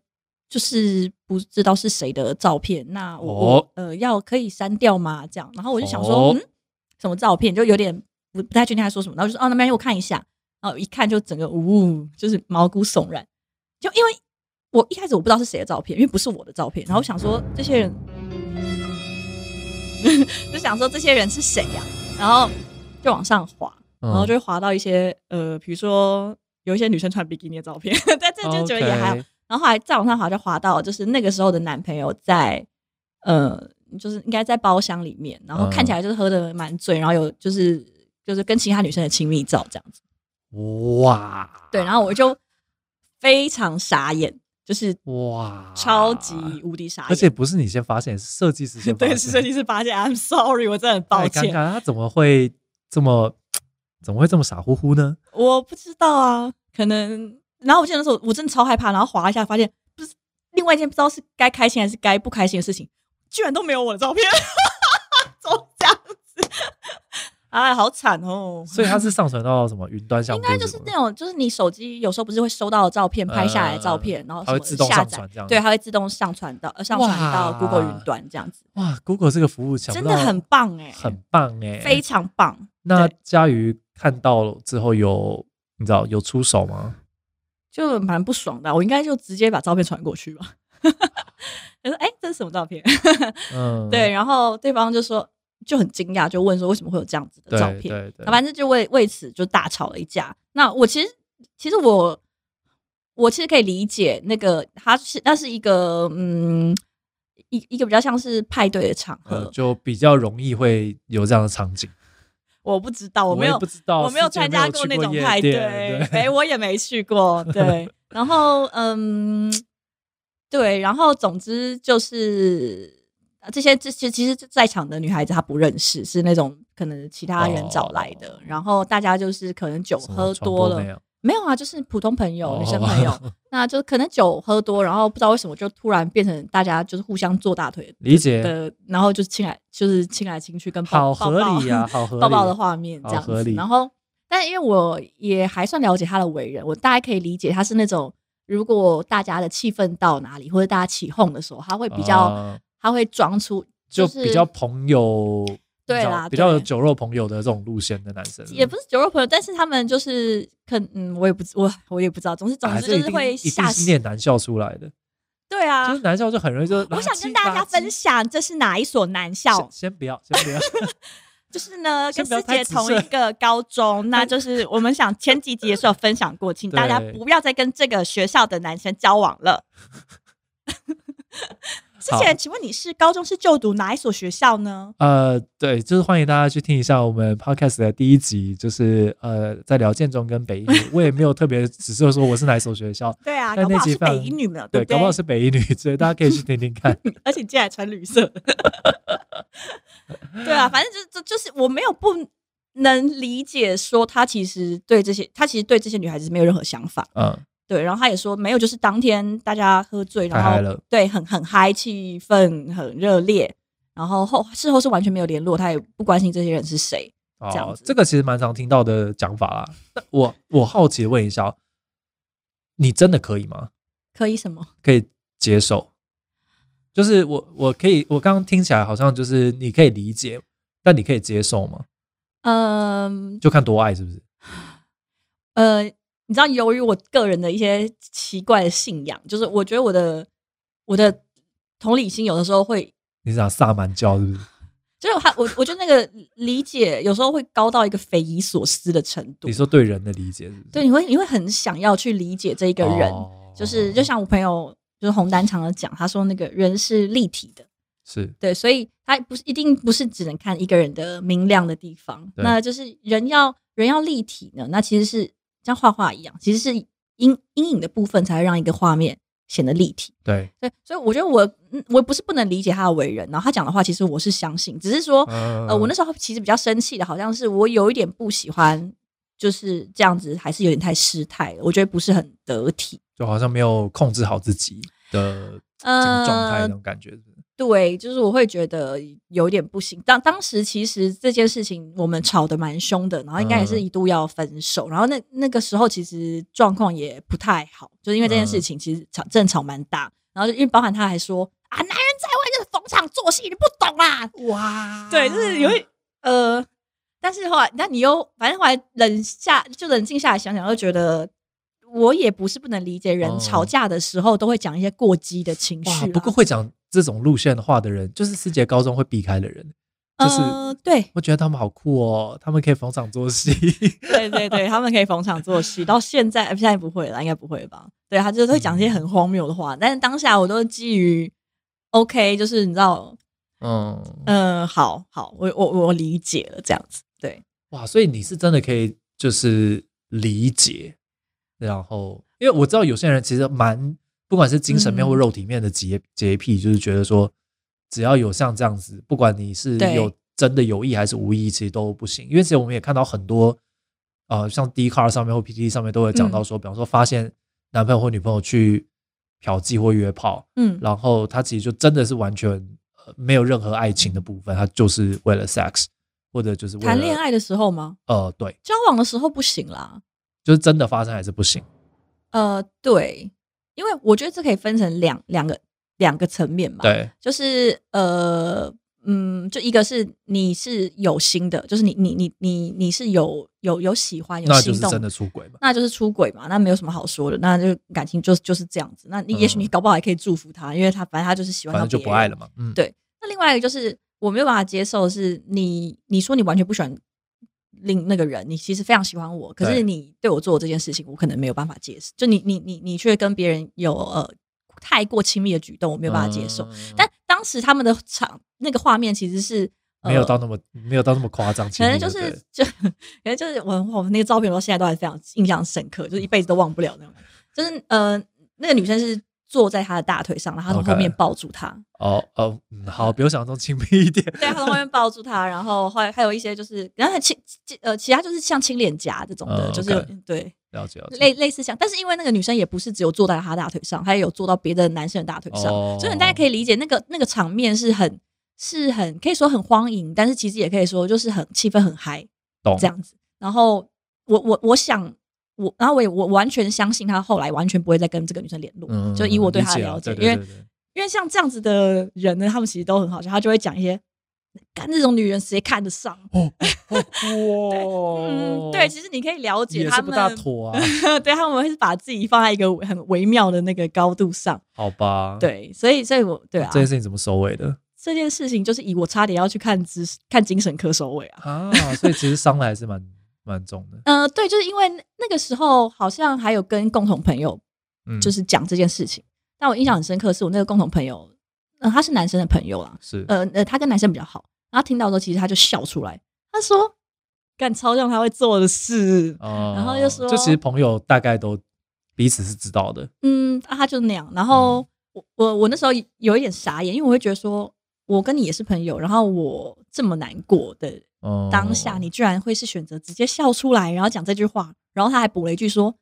Speaker 2: 就是不知道是谁的照片，那我、
Speaker 1: 哦
Speaker 2: 我呃要可以删掉吗？这样，然后我就想说，
Speaker 1: 哦
Speaker 2: 嗯，什么照片，就有点不不太确定他说什么，然后就说哦，那没关系，我看一下，然后一看就整个呜、就是毛骨悚然，就因为我一开始我不知道是谁的照片，因为不是我的照片，然后我想说这些人， 就想说这些人是谁呀、然后就往上滑，
Speaker 1: 然
Speaker 2: 然后就会滑到一些呃，比如说有一些女生穿比基尼的照片， 但这就觉得也还好。然后后来再往上滑，就滑到就是那个时候的男朋友在呃，就是应该在包厢里面，然后看起
Speaker 1: 嗯
Speaker 2: 来就是喝的蛮醉，然后有就是就是跟其他女生的亲密照这样子。
Speaker 1: 哇，
Speaker 2: 对，然后我
Speaker 1: 啊
Speaker 2: 就非常傻眼，就是
Speaker 1: 哇，
Speaker 2: 超级无敌傻
Speaker 1: 啊
Speaker 2: 眼，
Speaker 1: 而且不是你先发现，是设计师先发现，哎
Speaker 2: 对是设计师发现，I'm sorry，我真的很抱
Speaker 1: 太尴
Speaker 2: 歉
Speaker 1: 尬。，他怎么会这么？怎么会这么傻乎乎呢？
Speaker 2: 我不知道啊，可能。然后我记得那时候我真的超害怕，然后划一下发现不是另外一件不知道是该开心还是该不开心的事情，居然都没有我的 照片，怎么这样子？哎，好惨哦！
Speaker 1: 所以它是上传到什么云端上？
Speaker 2: 应该就是那
Speaker 1: 哦
Speaker 2: 种，就是你手机有时候不是会收到 照片拍下来的照片，然后
Speaker 1: 它会
Speaker 2: 什
Speaker 1: 自
Speaker 2: 么
Speaker 1: 动
Speaker 2: 下
Speaker 1: 上
Speaker 2: 载
Speaker 1: 传，这样。
Speaker 2: 对，，它会自动上传到呃上传到
Speaker 1: 哇
Speaker 2: Google 云端这样子，
Speaker 1: 哇，Google 这个服务想
Speaker 2: 真
Speaker 1: 不
Speaker 2: 的
Speaker 1: 到
Speaker 2: 很棒哎，
Speaker 1: 很棒哎、
Speaker 2: 非常棒。
Speaker 1: 那
Speaker 2: 对
Speaker 1: 佳瑜看到了之后有你知道有出手吗？
Speaker 2: 就蛮不爽的啊，我应该就直接把照片传过去吧。 他说：“哎、这是什么照片？”
Speaker 1: 嗯，
Speaker 2: 对，然后对方就说就很惊讶，就问说为什么会有这样子的
Speaker 1: 对
Speaker 2: 照片？
Speaker 1: 对对，
Speaker 2: 反正就为为此就大吵了一架。那我其实其实我我其实可以理解那个他是那是一个嗯一一个比较像是派对的场合，
Speaker 1: 呃就比较容易会有这样的场景。
Speaker 2: 我不知道，我没
Speaker 1: 也
Speaker 2: 有
Speaker 1: 不知道，
Speaker 2: 我没有
Speaker 1: 之前
Speaker 2: 参加
Speaker 1: 哦没有去
Speaker 2: 过那
Speaker 1: 过
Speaker 2: 种
Speaker 1: 夜
Speaker 2: 派对，
Speaker 1: 店对
Speaker 2: 没，我也没去过。 对，然后嗯，对，然后总之就是呃这些这些其实在场的女孩子她不认识，是那种可能其他人找来的。
Speaker 1: 哦
Speaker 2: 然后大家就是可能酒
Speaker 1: 什么
Speaker 2: 喝
Speaker 1: 传
Speaker 2: 多
Speaker 1: 播
Speaker 2: 了
Speaker 1: 妹，啊
Speaker 2: 没有啊，就是普通朋友、
Speaker 1: 哦
Speaker 2: 女生朋友，那就可能酒喝多，然后不知道为什么就突然变成大家就是互相坐大腿
Speaker 1: 理解，
Speaker 2: 的，然后就亲来就是亲来亲去跟抱
Speaker 1: 好
Speaker 2: 抱抱
Speaker 1: 合 理啊呀，好合理，
Speaker 2: 抱抱的画面这
Speaker 1: 好
Speaker 2: 样
Speaker 1: 合
Speaker 2: 子。
Speaker 1: 理
Speaker 2: 然后，但因为我也还算了解他的为人，我大概可以理解他是那种，如果大家的气氛到哪里，或者大家起哄的时候，他会比较，
Speaker 1: 啊
Speaker 2: 他会装出，
Speaker 1: 就是比较朋友，
Speaker 2: 对
Speaker 1: 你知道
Speaker 2: 啦
Speaker 1: 比较有
Speaker 2: 对
Speaker 1: 酒肉朋友的这种路线的男生，
Speaker 2: 也不是酒肉朋友，但是他们就是可嗯，我也不知我我也不知道，总之总
Speaker 1: 啊
Speaker 2: 之
Speaker 1: 这一
Speaker 2: 就是
Speaker 1: 定
Speaker 2: 会
Speaker 1: 一
Speaker 2: 下
Speaker 1: 定是念男校出来的，
Speaker 2: 对
Speaker 1: 就
Speaker 2: 啊
Speaker 1: 是。男校就很容易就
Speaker 2: 我想跟大家分
Speaker 1: 享，
Speaker 2: 享这是哪一所男
Speaker 1: 先
Speaker 2: 校，
Speaker 1: 先不要，先不要，
Speaker 2: 就是呢跟
Speaker 1: 先不要
Speaker 2: 师
Speaker 1: 太
Speaker 2: 姐
Speaker 1: 直
Speaker 2: 同一
Speaker 1: 射
Speaker 2: 个高 中，那就是我们想前几集的时候分享过，请大家
Speaker 1: 对
Speaker 2: 不要再跟这个学校的男生交往了。 之前，请问你是高中是就读哪一所学校呢？
Speaker 1: 呃，对，就是欢迎大家去听一下我们 podcast 的第一集，就是呃，在聊建中跟北一女，我也没有特别，只是说我是哪一所学 校，
Speaker 2: 对啊，
Speaker 1: 但
Speaker 2: 搞不好
Speaker 1: 那集
Speaker 2: 是北
Speaker 1: 放
Speaker 2: 一女呢，
Speaker 1: 对，
Speaker 2: 不对
Speaker 1: 搞不好？是北一女，所以大家可以去听听 看。
Speaker 2: 而且你竟然穿绿色 的，对啊，反正就就就是我没有不能理解，说他其实对这些，他其实对这些女孩子没有任何想法。
Speaker 1: 嗯，
Speaker 2: 对，然后他也说没有，就是当天大家喝醉，
Speaker 1: 太
Speaker 2: 然
Speaker 1: 嗨
Speaker 2: 后
Speaker 1: 了，
Speaker 2: 对很很嗨，气氛很热烈，然后后事后是完全没有联络，他也不关心这些人是谁。这样
Speaker 1: 哦
Speaker 2: 子，
Speaker 1: 这个其实蛮常听到的讲法啦。那我我好奇地问一下哦，你真的可以吗？
Speaker 2: 可以什么？
Speaker 1: 可以接受？就是我我可以，我刚刚听起来好像就是你可以理解，但你可以接受吗？
Speaker 2: 嗯
Speaker 1: 就看多爱是不是？
Speaker 2: 呃，你知道，由于我个人的一些奇怪的信仰，就是我觉得我的我的同理心有的时候会，
Speaker 1: 你是讲萨满教是不是？
Speaker 2: 就是他我我觉得那个理解有时候会高到一个匪夷所思的程度
Speaker 1: 你。说对人的理解是不是？
Speaker 2: 对，你会你会很想要去理解这一个人，
Speaker 1: 哦
Speaker 2: 就是就像我朋友就是红丹常的讲，他说那个人是立体的，
Speaker 1: 是
Speaker 2: 对，所以他不是一定不是只能看一个人的明亮的地方，
Speaker 1: 对
Speaker 2: 那就是人要人要立体呢，那其实是像画画一样，其实是阴阴影的部分才会让一个画面显得立体。
Speaker 1: 对，
Speaker 2: 对，所以我觉得我嗯我不是不能理解他的为人，然后他讲的话其实我是相信，只是说
Speaker 1: 呃
Speaker 2: 呃我那时候其实比较生气的，好像是我有一点不喜欢。就是这样子，还是有点太失态了，我觉得不是很得体。
Speaker 1: 就好像没有控制好自己的这个状态那
Speaker 2: 呃，
Speaker 1: 种感觉，是不是
Speaker 2: 对，就是我会觉得有点不行。当当时其实这件事情我们吵得蛮凶的，然后应该也是
Speaker 1: 嗯
Speaker 2: 一度要分手。然后那那个时候其实状况也不太好，就是因为这
Speaker 1: 嗯
Speaker 2: 件事情其实吵争吵蛮大。然后就因为包含他还说啊，男人在外就是逢场作戏，你不懂啦。
Speaker 1: 哇
Speaker 2: 对，就是有一呃，但是后来，但你又反正后来冷下就冷静下来想想，又觉得。我也不是不能理解人
Speaker 1: 哦
Speaker 2: 吵架的时候都会讲一些过激的情
Speaker 1: 哇
Speaker 2: 绪、啊，
Speaker 1: 不过会讲这种路线的话的人， 就是师姐高中会避开的人，就是
Speaker 2: 呃、对，
Speaker 1: 我觉得他们好酷哦，他们可以逢场作戏，
Speaker 2: 对 对对，他们可以逢场作戏，到现在呃现在不会了，应该不会吧？对他就是会讲一
Speaker 1: 嗯
Speaker 2: 些很荒谬的话，但是当下我都是基于 OK，就是你知道，
Speaker 1: 嗯，
Speaker 2: 嗯、好好，我我我理解了这样子，对，
Speaker 1: 哇，所以你是真的可以就是理解，然后因为我知道有些人其实蛮不管是精神面
Speaker 2: 嗯
Speaker 1: 或肉体面的洁洁癖，就是觉得说只要有像这样子，不管你是
Speaker 2: 对
Speaker 1: 有真的有意还是无意，其实都不行。因为其实我们也看到很多呃，像 d c a r 上面或 PTT 上面都会讲
Speaker 2: 嗯
Speaker 1: 到说，比方说发现男朋友或女朋友去嫖妓或约炮，
Speaker 2: 嗯，
Speaker 1: 然后他其实就真的是完全、呃没有任何爱情的部分，他就是为了 sex 或者就是为了
Speaker 2: 谈恋，爱的时候吗？
Speaker 1: 呃，对，
Speaker 2: 交往的时候不行啦。
Speaker 1: 就是真的发生还是不行。
Speaker 2: 呃，对，因为我觉得这可以分成两两个两个层面嘛。，
Speaker 1: 对，
Speaker 2: 就是呃，嗯，就一个是你是有心的，就是你你你你你是有有有喜欢有
Speaker 1: 那就
Speaker 2: 心
Speaker 1: 是
Speaker 2: 动
Speaker 1: 真的出轨嘛。
Speaker 2: 那就是出轨嘛，那没有什么好说的，那就感情就就是这样子。那你也许你搞不好还可以祝福他，因为他反正他就是喜欢
Speaker 1: 嗯反
Speaker 2: 到
Speaker 1: 正就
Speaker 2: 别
Speaker 1: 不爱
Speaker 2: 人
Speaker 1: 了。嘛，嗯，
Speaker 2: 对那另外一个就是我没有办法接受的是你你说你完全不喜欢另那个人，你其实非常喜欢我，可是
Speaker 1: 对
Speaker 2: 你对我做的这件事情，我可能没有办法接受。就你你你你却跟别人有呃太过亲密的举动，我没
Speaker 1: 没
Speaker 2: 有办法接受。
Speaker 1: 嗯
Speaker 2: 但当时他们的场那个画面其实是、呃、
Speaker 1: 没有到那么没有到那么夸张，
Speaker 2: 可能
Speaker 1: 其
Speaker 2: 就
Speaker 1: 实对
Speaker 2: 是就 可能就是我我那个照片，我到现在都还非常印象深刻，就是一辈子都忘不了那种。就是呃，那个女生是坐在他的大腿上，然后她从
Speaker 1: OK
Speaker 2: 后面抱住他
Speaker 1: 哦哦，嗯，好，比我想象中亲密一点。
Speaker 2: 对，她从后面抱住他，然后还还有一些就是，然后亲亲呃，其他就是像亲脸颊这种的，
Speaker 1: 嗯
Speaker 2: 就是
Speaker 1: OK
Speaker 2: 对
Speaker 1: 了解了解，
Speaker 2: 类类似像，但是因为那个女生也不是只有坐在他大腿上，她也有坐到别的男生的大腿上，
Speaker 1: 哦
Speaker 2: 啊所以你大家可以理解那个那个场面是很是很可以说很荒淫，但是其实也可以说就是很气氛很嗨。
Speaker 1: 懂
Speaker 2: 这样子。然后我我我想我，然后我也我完全相信他后来完全不会再跟这个女生联络，
Speaker 1: 嗯，
Speaker 2: 就以我对他的
Speaker 1: 理啊
Speaker 2: 了
Speaker 1: 对
Speaker 2: 解，
Speaker 1: 对
Speaker 2: 因为
Speaker 1: 对对
Speaker 2: 因为像这样子的人呢，他们其实都很好笑，他就会讲一些。干这种女人谁看得上？
Speaker 1: 哦，
Speaker 2: 嗯，对，其实你可以了解
Speaker 1: 也
Speaker 2: 他
Speaker 1: 是
Speaker 2: 们，
Speaker 1: 不大妥啊，
Speaker 2: 对他们会把自己放在一个很微妙的那个高度上，
Speaker 1: 好吧？，
Speaker 2: 对，所以，所以我对啊，
Speaker 1: 嗯这件事情怎么收尾 的
Speaker 2: 这件事情就是以我差点要去看知识看精神科收尾啊，
Speaker 1: 啊？所以其实伤的还是蛮蛮重的，
Speaker 2: 呃，对，就是因为那个时候好像还有跟共同朋友
Speaker 1: 嗯，
Speaker 2: 就是讲这件事情。但我印象很深刻，是我那个共同朋友，呃，他是男生的朋友啦，
Speaker 1: 是
Speaker 2: 呃呃，他跟男生比较好，然后听到的时候，其实他就笑出来，他说：“干超像他会做的事。
Speaker 1: 哦
Speaker 2: 然后就说
Speaker 1: 就其实朋友大概都彼此是知道的，”
Speaker 2: 嗯，啊，他就那样。然后、
Speaker 1: 嗯
Speaker 2: 我我我那时候有一点傻眼，因为我会觉得说，我跟你也是朋友，然后我这么难过的
Speaker 1: 哦，
Speaker 2: 当下，你居然会是选择直接笑出来，然后讲这句话，然后他还补了一句说：“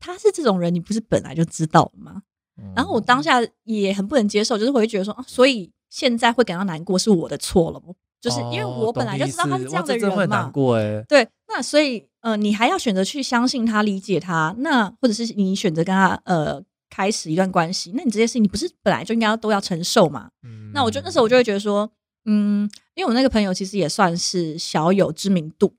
Speaker 2: 他是这种人，你不是本来就知道吗？”
Speaker 1: 嗯，
Speaker 2: 然后我当下也很不能接受，就是我会觉得说，啊，所以现在会感到难过是我的错了吗，就是因为
Speaker 1: 哦
Speaker 2: 我本来就知道他
Speaker 1: 懂你
Speaker 2: 是
Speaker 1: 意思
Speaker 2: 样
Speaker 1: 哇
Speaker 2: 的
Speaker 1: 真会
Speaker 2: 人
Speaker 1: 难
Speaker 2: 嘛。
Speaker 1: 过哎，
Speaker 2: 对，那所以呃，你还要选择去相信他、理解他，那或者是你选择跟他呃开始一段关系，那你这些事情你不是本来就应该要都要承受嘛？
Speaker 1: 嗯
Speaker 2: 那我就那时候我就会觉得说，嗯，因为我那个朋友其实也算是小有知名度，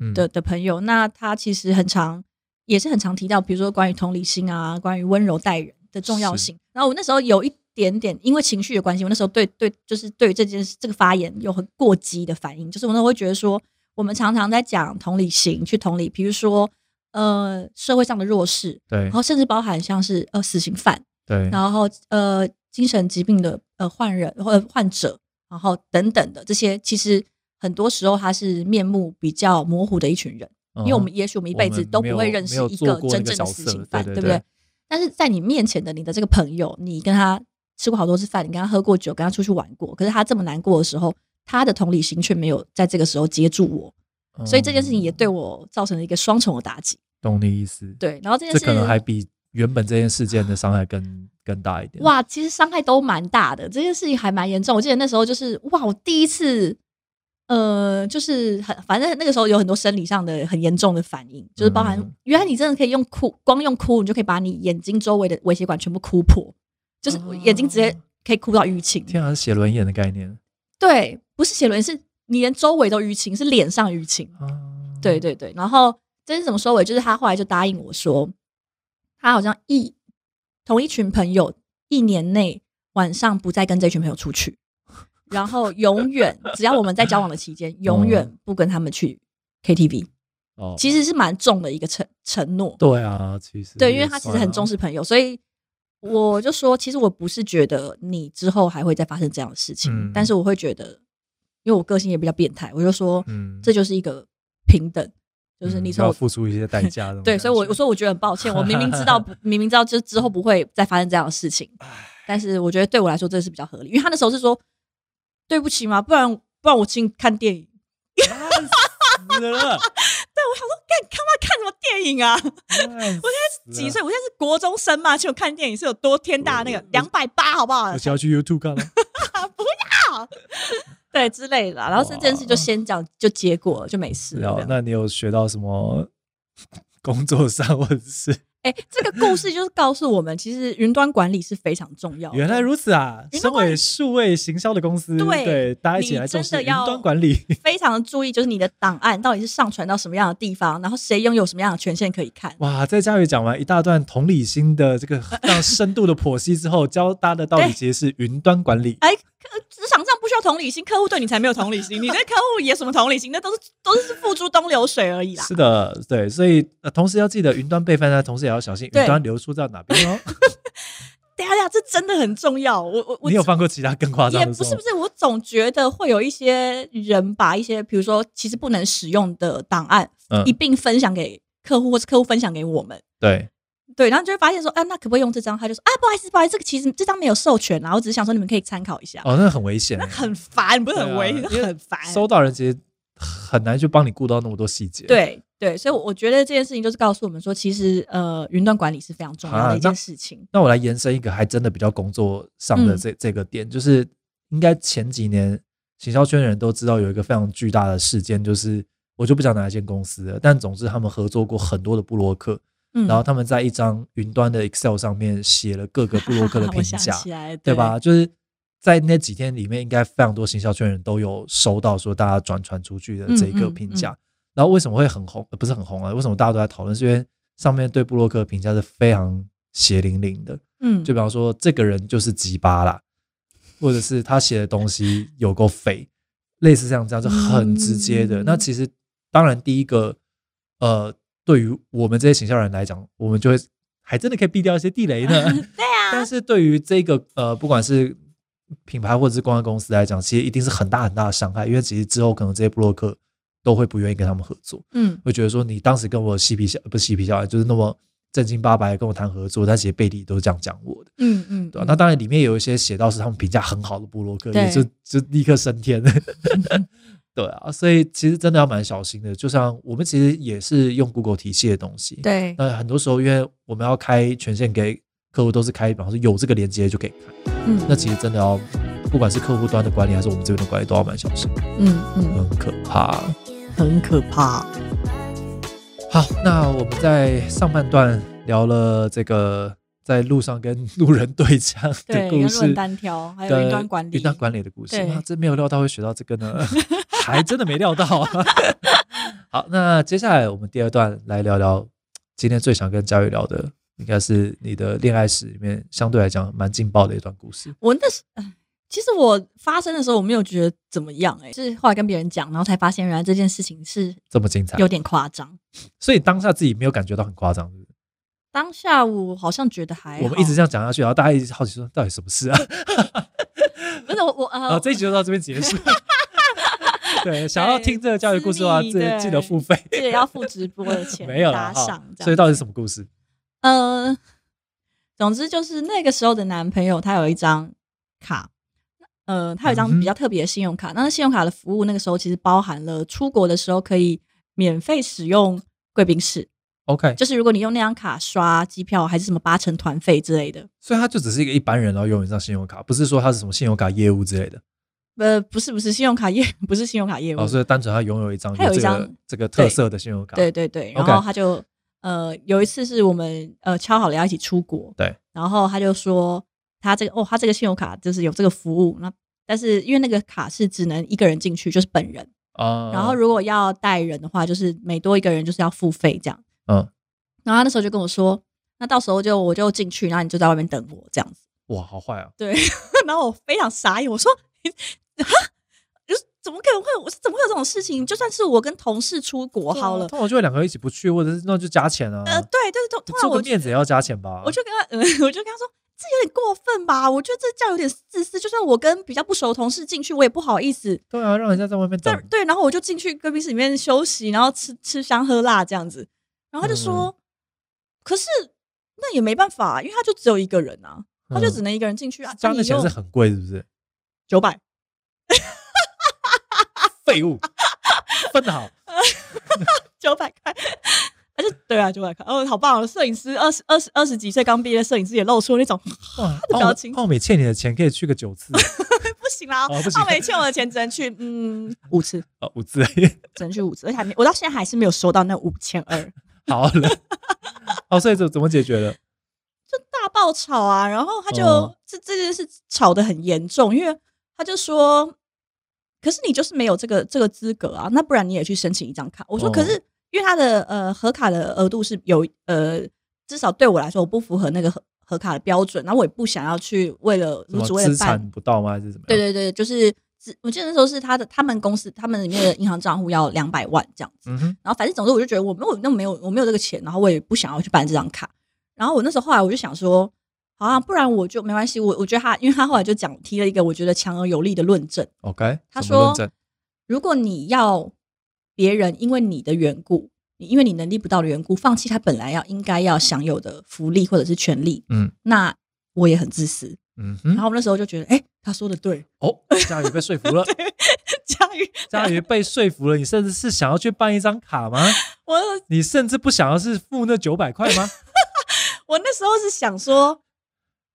Speaker 1: 嗯
Speaker 2: 的的朋友，那他其实很常也是很常提到，比如说关于同理心啊，关于温柔待人的重要性。然后我那时候有一点点因为情绪的关系，我那时候对对就是对于这件事这个发言有很过激的反应，就是我那时候会觉得说，我们常常在讲同理心，去同理，比如说呃社会上的弱势，
Speaker 1: 对
Speaker 2: 然后甚至包含像是呃死刑犯，
Speaker 1: 对
Speaker 2: 然后呃精神疾病的呃患人或者患者，然后等等的这些，其实很多时候他是面目比较模糊的一群人，
Speaker 1: 嗯
Speaker 2: 因为我们也许我们一辈子都不会认识一个真正的死刑犯，
Speaker 1: 对
Speaker 2: 对不
Speaker 1: 对
Speaker 2: 对？？但是在你面前的你的这个朋友，你跟他吃过好多次饭，你跟他喝过酒，跟他出去玩过，可是他这么难过的时候，他的同理心却没有在这个时候接住我，所以这件事情也
Speaker 1: 嗯
Speaker 2: 对我造成了一个双重的打击。
Speaker 1: 懂你意思。，
Speaker 2: 对，然后这件
Speaker 1: 这
Speaker 2: 事
Speaker 1: 可能还比原本这件事件的伤害更更大一点。，
Speaker 2: 哇，其实伤害都蛮大的，这件事情还蛮严重。我记得那时候就是哇，我第一次，呃，就是很，反正那个时候有很多生理上的很严重的反应，就是包含、
Speaker 1: 嗯
Speaker 2: 原来你真的可以用哭，光用哭你就可以把你眼睛周围的微血管全部哭破，就是
Speaker 1: 哦
Speaker 2: 眼睛直接可以哭到淤青。
Speaker 1: 天啊，是写轮眼的概念
Speaker 2: 对，不是写轮，是你连周围都淤青，是脸上淤青。
Speaker 1: 啊。
Speaker 2: 对，对对，然后这是怎么收尾？就是他后来就答应我说，他好像一同一群朋友一年内晚上不再跟这群朋友出去，然后永远只要我们在交往的期间，永
Speaker 1: 嗯
Speaker 2: 远不跟他们去 KTV，
Speaker 1: 哦，
Speaker 2: 其实是蛮重的一个承承诺。
Speaker 1: 对啊，其实
Speaker 2: 对，
Speaker 1: 也
Speaker 2: 因为他其实
Speaker 1: 算
Speaker 2: 很
Speaker 1: 啊
Speaker 2: 重视朋友，所以我就说，其实我不是觉得你之后还会再发生这样的事情，
Speaker 1: 嗯
Speaker 2: 但是我会觉得，因为我个性也比较变态，我就说，
Speaker 1: 嗯，
Speaker 2: 这就是一个平等，就是
Speaker 1: 嗯
Speaker 2: 你
Speaker 1: 就要
Speaker 2: 从
Speaker 1: 付出一些代价的。啊
Speaker 2: 对，所以我我说我觉得很抱歉，我明明知 道不，明明知道就之后不会再发生这样的事情，但是我觉得对我来说这是比较合理，因为他那时候是说对不起嘛，不然不然我请你看电影，
Speaker 1: 我死了，
Speaker 2: 想说，干他妈看什么电影啊？
Speaker 1: 我现
Speaker 2: 几岁？我现在是国中生嘛，请我看电影是有多天大那个两百八好不好
Speaker 1: 我？想要去 YouTube 看了。
Speaker 2: 对之类的啊。然后这件事就先讲，就结果了，就没事了。
Speaker 1: 了，
Speaker 2: 这样
Speaker 1: 哦那你有学到什么 工作上或者是？
Speaker 2: 哎，这个故事就是告诉我们，其实云端管理是非常重要的。
Speaker 1: 原来如此啊！
Speaker 2: 云
Speaker 1: 身
Speaker 2: 端管理
Speaker 1: 为数位行销的公司，
Speaker 2: 对
Speaker 1: 大家一起
Speaker 2: 你
Speaker 1: 来重视
Speaker 2: 真的
Speaker 1: 云
Speaker 2: 要
Speaker 1: 端管理。
Speaker 2: 非常注意，就是你的档案到底是上传到什么样的地方，然后谁拥有什么样的权限可以看。
Speaker 1: 哇，在佳宇讲完一大段同理心的 这个非常深度的剖析之后，教大家的道理
Speaker 2: 对
Speaker 1: 其实是云端管理。
Speaker 2: 哎，客职场上不需要同理心，客户对你才没有同理心，你对客户也什么同理心？那都是都是付诸东流水而已啦。
Speaker 1: 是的，对，所以、呃、同时要记得云端备份啊，同时也要小心
Speaker 2: 对
Speaker 1: 云端流出到哪边哦。
Speaker 2: 等一下等一下，这真的很重要。我我 我
Speaker 1: 你有犯过其他更夸张
Speaker 2: 也
Speaker 1: 的
Speaker 2: 不
Speaker 1: 错
Speaker 2: 是
Speaker 1: 吗
Speaker 2: 不？是，我总觉得会有一些人把一些，比如说其实不能使用的档案，
Speaker 1: 嗯
Speaker 2: 一并分享给客户，或是客户分享给我们。
Speaker 1: 对，
Speaker 2: 对，然后就会发现说，啊，那可不可以用这张？他就说，啊，不好意思，不好意思，这个其实这张没有授权啊，我只是想说你们可以参考一下。
Speaker 1: 哦，那很危险
Speaker 2: 那
Speaker 1: 欸。
Speaker 2: 很烦，不是很危
Speaker 1: 对
Speaker 2: 险，
Speaker 1: 啊
Speaker 2: 那很烦。
Speaker 1: 收到人其实很难去帮你顾到那么多细节。
Speaker 2: 对对，所以我我觉得这件事情就是告诉我们说，其实呃，云端管理是非常重要
Speaker 1: 啊
Speaker 2: 的一件
Speaker 1: 那
Speaker 2: 事情。
Speaker 1: 那我来延伸一个还真的比较工作上的
Speaker 2: 嗯
Speaker 1: 这、这个点，就是应该前几年行销圈的人都知道有一个非常巨大的事件，就是我就不讲哪一间公司了，但总之他们合作过很多的布洛克，
Speaker 2: 嗯，
Speaker 1: 然后他们在一张云端的 Excel 上面写了各个布洛克的
Speaker 2: 我
Speaker 1: 评
Speaker 2: 想
Speaker 1: 价，
Speaker 2: 起来了，
Speaker 1: 对吧？？就是在那几天里面，应该非常多行销圈人都有收到说大家转传出去
Speaker 2: 嗯
Speaker 1: 的这一个评价。然后为什么会很红？呃不是很红啊？为什么大家都在讨论？是因为上面对布洛克的评价是非常血淋淋的。
Speaker 2: 嗯，
Speaker 1: 就比方说这个人就是鸡巴啦，或者是他写的东西有够废，类似像这样就很直接的。
Speaker 2: 嗯
Speaker 1: 那其实当然第一个，呃，对于我们这些行销人来讲，我们就会还真的可以避掉一些地雷呢。
Speaker 2: 对啊，
Speaker 1: 但是对于这个呃，不管是品牌或者是公关公司来讲，其实一定是很大很大的伤害，因为其实之后可能这些布洛克都会不愿意跟他们合作。
Speaker 2: 嗯，
Speaker 1: 会觉得说你当时跟我嬉皮笑不是嬉皮笑脸，就是那么正经八百地跟我谈合作，但其实背地里都是这样讲我的，
Speaker 2: 嗯嗯，
Speaker 1: 对吧、那当然里面有一些写到是他们评价很好的布洛克，
Speaker 2: 对
Speaker 1: 也就就立刻升天 了。对啊，所以其实真的要蛮小心的。就像我们其实也是用 Google 体系的东西，
Speaker 2: 对，
Speaker 1: 那很多时候因为我们要开权限给客户，都是开，比方说有这个连接就可以开。
Speaker 2: 嗯
Speaker 1: 那其实真的要，不管是客户端的管理还是我们这边的管理，都要蛮小心，
Speaker 2: 嗯 嗯，
Speaker 1: 很可怕。
Speaker 2: 很可怕。
Speaker 1: 好，那我们在上半段聊了这个在路上跟路人对枪的
Speaker 2: 对，
Speaker 1: 故
Speaker 2: 跟
Speaker 1: 事
Speaker 2: 论，单挑，还有
Speaker 1: 跟
Speaker 2: 云端管理，
Speaker 1: 云端管理的故事。
Speaker 2: 对
Speaker 1: 哇，真没有料到会学到这个呢， 还真的没料到 啊。好，那接下来我们第二段来聊聊今天最想跟佳玉聊的，应该是你的恋爱史里面相对来讲蛮劲爆的一段故事。
Speaker 2: 我那时，唉其实我发生的时候，我没有觉得怎么样、哎，是后来跟别人讲，然后才发现原来这件事情是
Speaker 1: 这么精彩，
Speaker 2: 有点夸张。
Speaker 1: 所以当下自己没有感觉到很夸张，是不是
Speaker 2: 当下我好像觉得还好，
Speaker 1: 我
Speaker 2: 哦
Speaker 1: 们一直这样讲下去，然后大家一直好奇说到底什么事啊？
Speaker 2: 不是我我呃，
Speaker 1: 好，这一啊集就到这边 结束。对，想要听这个教育故事的话，
Speaker 2: 私密
Speaker 1: 记得
Speaker 2: 对
Speaker 1: 记得付费。
Speaker 2: 记得要付直播的钱，
Speaker 1: 没有
Speaker 2: 打
Speaker 1: 了哈
Speaker 2: 赏，这样。
Speaker 1: 所以到底是什么故事？
Speaker 2: 呃，总之就是那个时候的男朋友，他有一张卡，呃，他有一
Speaker 1: 嗯
Speaker 2: 张
Speaker 1: 哼
Speaker 2: 比较特别的信用卡。那信用卡的服务那个时候其实包含了出国的时候可以免费使用贵宾室，
Speaker 1: OK，
Speaker 2: 就是如果你用那张卡刷机票还是什么八成团费之类的。
Speaker 1: 所以他就只是一个一般人，然后拥有一张信用卡，不是说他是什么信用卡业务之类的。
Speaker 2: 呃，不是不是，信用卡业不是信用卡业务，
Speaker 1: 哦，所以单纯他拥有一张
Speaker 2: 他有
Speaker 1: 这
Speaker 2: 一张
Speaker 1: 个这个特色的信用卡。
Speaker 2: 对对对，然
Speaker 1: OK
Speaker 2: 后他就呃有一次是我们呃敲好了要一起出国，
Speaker 1: 对，
Speaker 2: 然后他就说他这个哦他这个信用卡就是有这个服务，那但是因为那个卡是只能一个人进去，就是本人，
Speaker 1: 啊，
Speaker 2: 然后如果要带人的话，就是每多一个人就是要付费这样，
Speaker 1: 嗯，
Speaker 2: 然后他那时候就跟我说，那到时候就我就进去，然后你就在外面等我这样子，
Speaker 1: 哇，好坏啊！
Speaker 2: 对，然后我非常傻眼，我说 哈。就是怎么可能会有？我是怎么会有这种事情？就算是我跟同事出国好了，
Speaker 1: 通常就会两个一起不去，或者是那就加钱啊。
Speaker 2: 啊呃，对，就是通通常
Speaker 1: 做
Speaker 2: 我
Speaker 1: 个面子也要加钱吧？
Speaker 2: 我就跟他，嗯， 我就跟他说，这有点过分吧？我觉得这叫有点自私。就算我跟比较不熟的同事进去，我也不好意思。
Speaker 1: 对啊，让人家在外面
Speaker 2: 这
Speaker 1: 等。
Speaker 2: 对，然后我就进去贵宾室里面休息，然后吃吃香喝辣这样子。
Speaker 1: 嗯
Speaker 2: 然后他就说，可是那也没办法、因为他就只有一个人啊，他就只
Speaker 1: 嗯
Speaker 2: 能一个人进去啊。
Speaker 1: 加的钱是很贵，是不是？
Speaker 2: 九百，
Speaker 1: 废物，分好。
Speaker 2: 九百块，而且对啊，九百块，哦，好棒哦！摄影师二十二十二十几岁刚毕业，摄影师也露出那种
Speaker 1: 哇，
Speaker 2: 的表情
Speaker 1: 澳澳美欠你的钱可以去个九 次
Speaker 2: 不行啦，
Speaker 1: 哦不行
Speaker 2: 奥美欠我的钱只能去嗯五次，
Speaker 1: 啊，五次而 已，
Speaker 2: 只能去五次，而且还没我到现在还是没有收到那五千 二，
Speaker 1: 好了。哦，所以怎怎么解决的？
Speaker 2: 大爆炒啊！然后他就、
Speaker 1: 哦
Speaker 2: 这这件事吵得很严重，因为他就说，可是你就是没有这个这个资格啊，那不然你也去申请一张卡。我说，
Speaker 1: 哦
Speaker 2: 可是因为他的呃核卡的额度是有呃，至少对我来说我不符合那个核核卡的标准，然后我也不想要去为了
Speaker 1: 什
Speaker 2: 我只为
Speaker 1: 么
Speaker 2: 了
Speaker 1: 资
Speaker 2: 办
Speaker 1: 产不到吗？还是怎么样？
Speaker 2: 对对对，就是只我记得那时候是他的他们公司他们里面的银行账户要两百万这样子，
Speaker 1: 嗯哼，
Speaker 2: 然后反正总之我就觉得我没有那没有我没有这个钱，然后我也不想要去办这张卡，然后我那时候后来我就想说。好啊，不然我就没关系。我我觉得他，因为他后来就讲提了一个我觉得强而有力的论证。
Speaker 1: ，OK。
Speaker 2: 他
Speaker 1: 怎么论
Speaker 2: 说
Speaker 1: 证
Speaker 2: 如果你要别人因为你的缘故，你因为你能力不到的缘故，放弃他本来要应该要享有的福利或者是权利，
Speaker 1: 嗯，
Speaker 2: 那我也很自私。
Speaker 1: 嗯
Speaker 2: 然
Speaker 1: 哼，
Speaker 2: 后我那时候就觉得，哎、他说的对，
Speaker 1: 哦，佳宇被说服了，
Speaker 2: 佳宇，
Speaker 1: 佳宇被说服了。你甚至是想要去办一张卡吗？
Speaker 2: 我
Speaker 1: 你甚至不想要是付那九百块 吗？
Speaker 2: 我那时候是想说，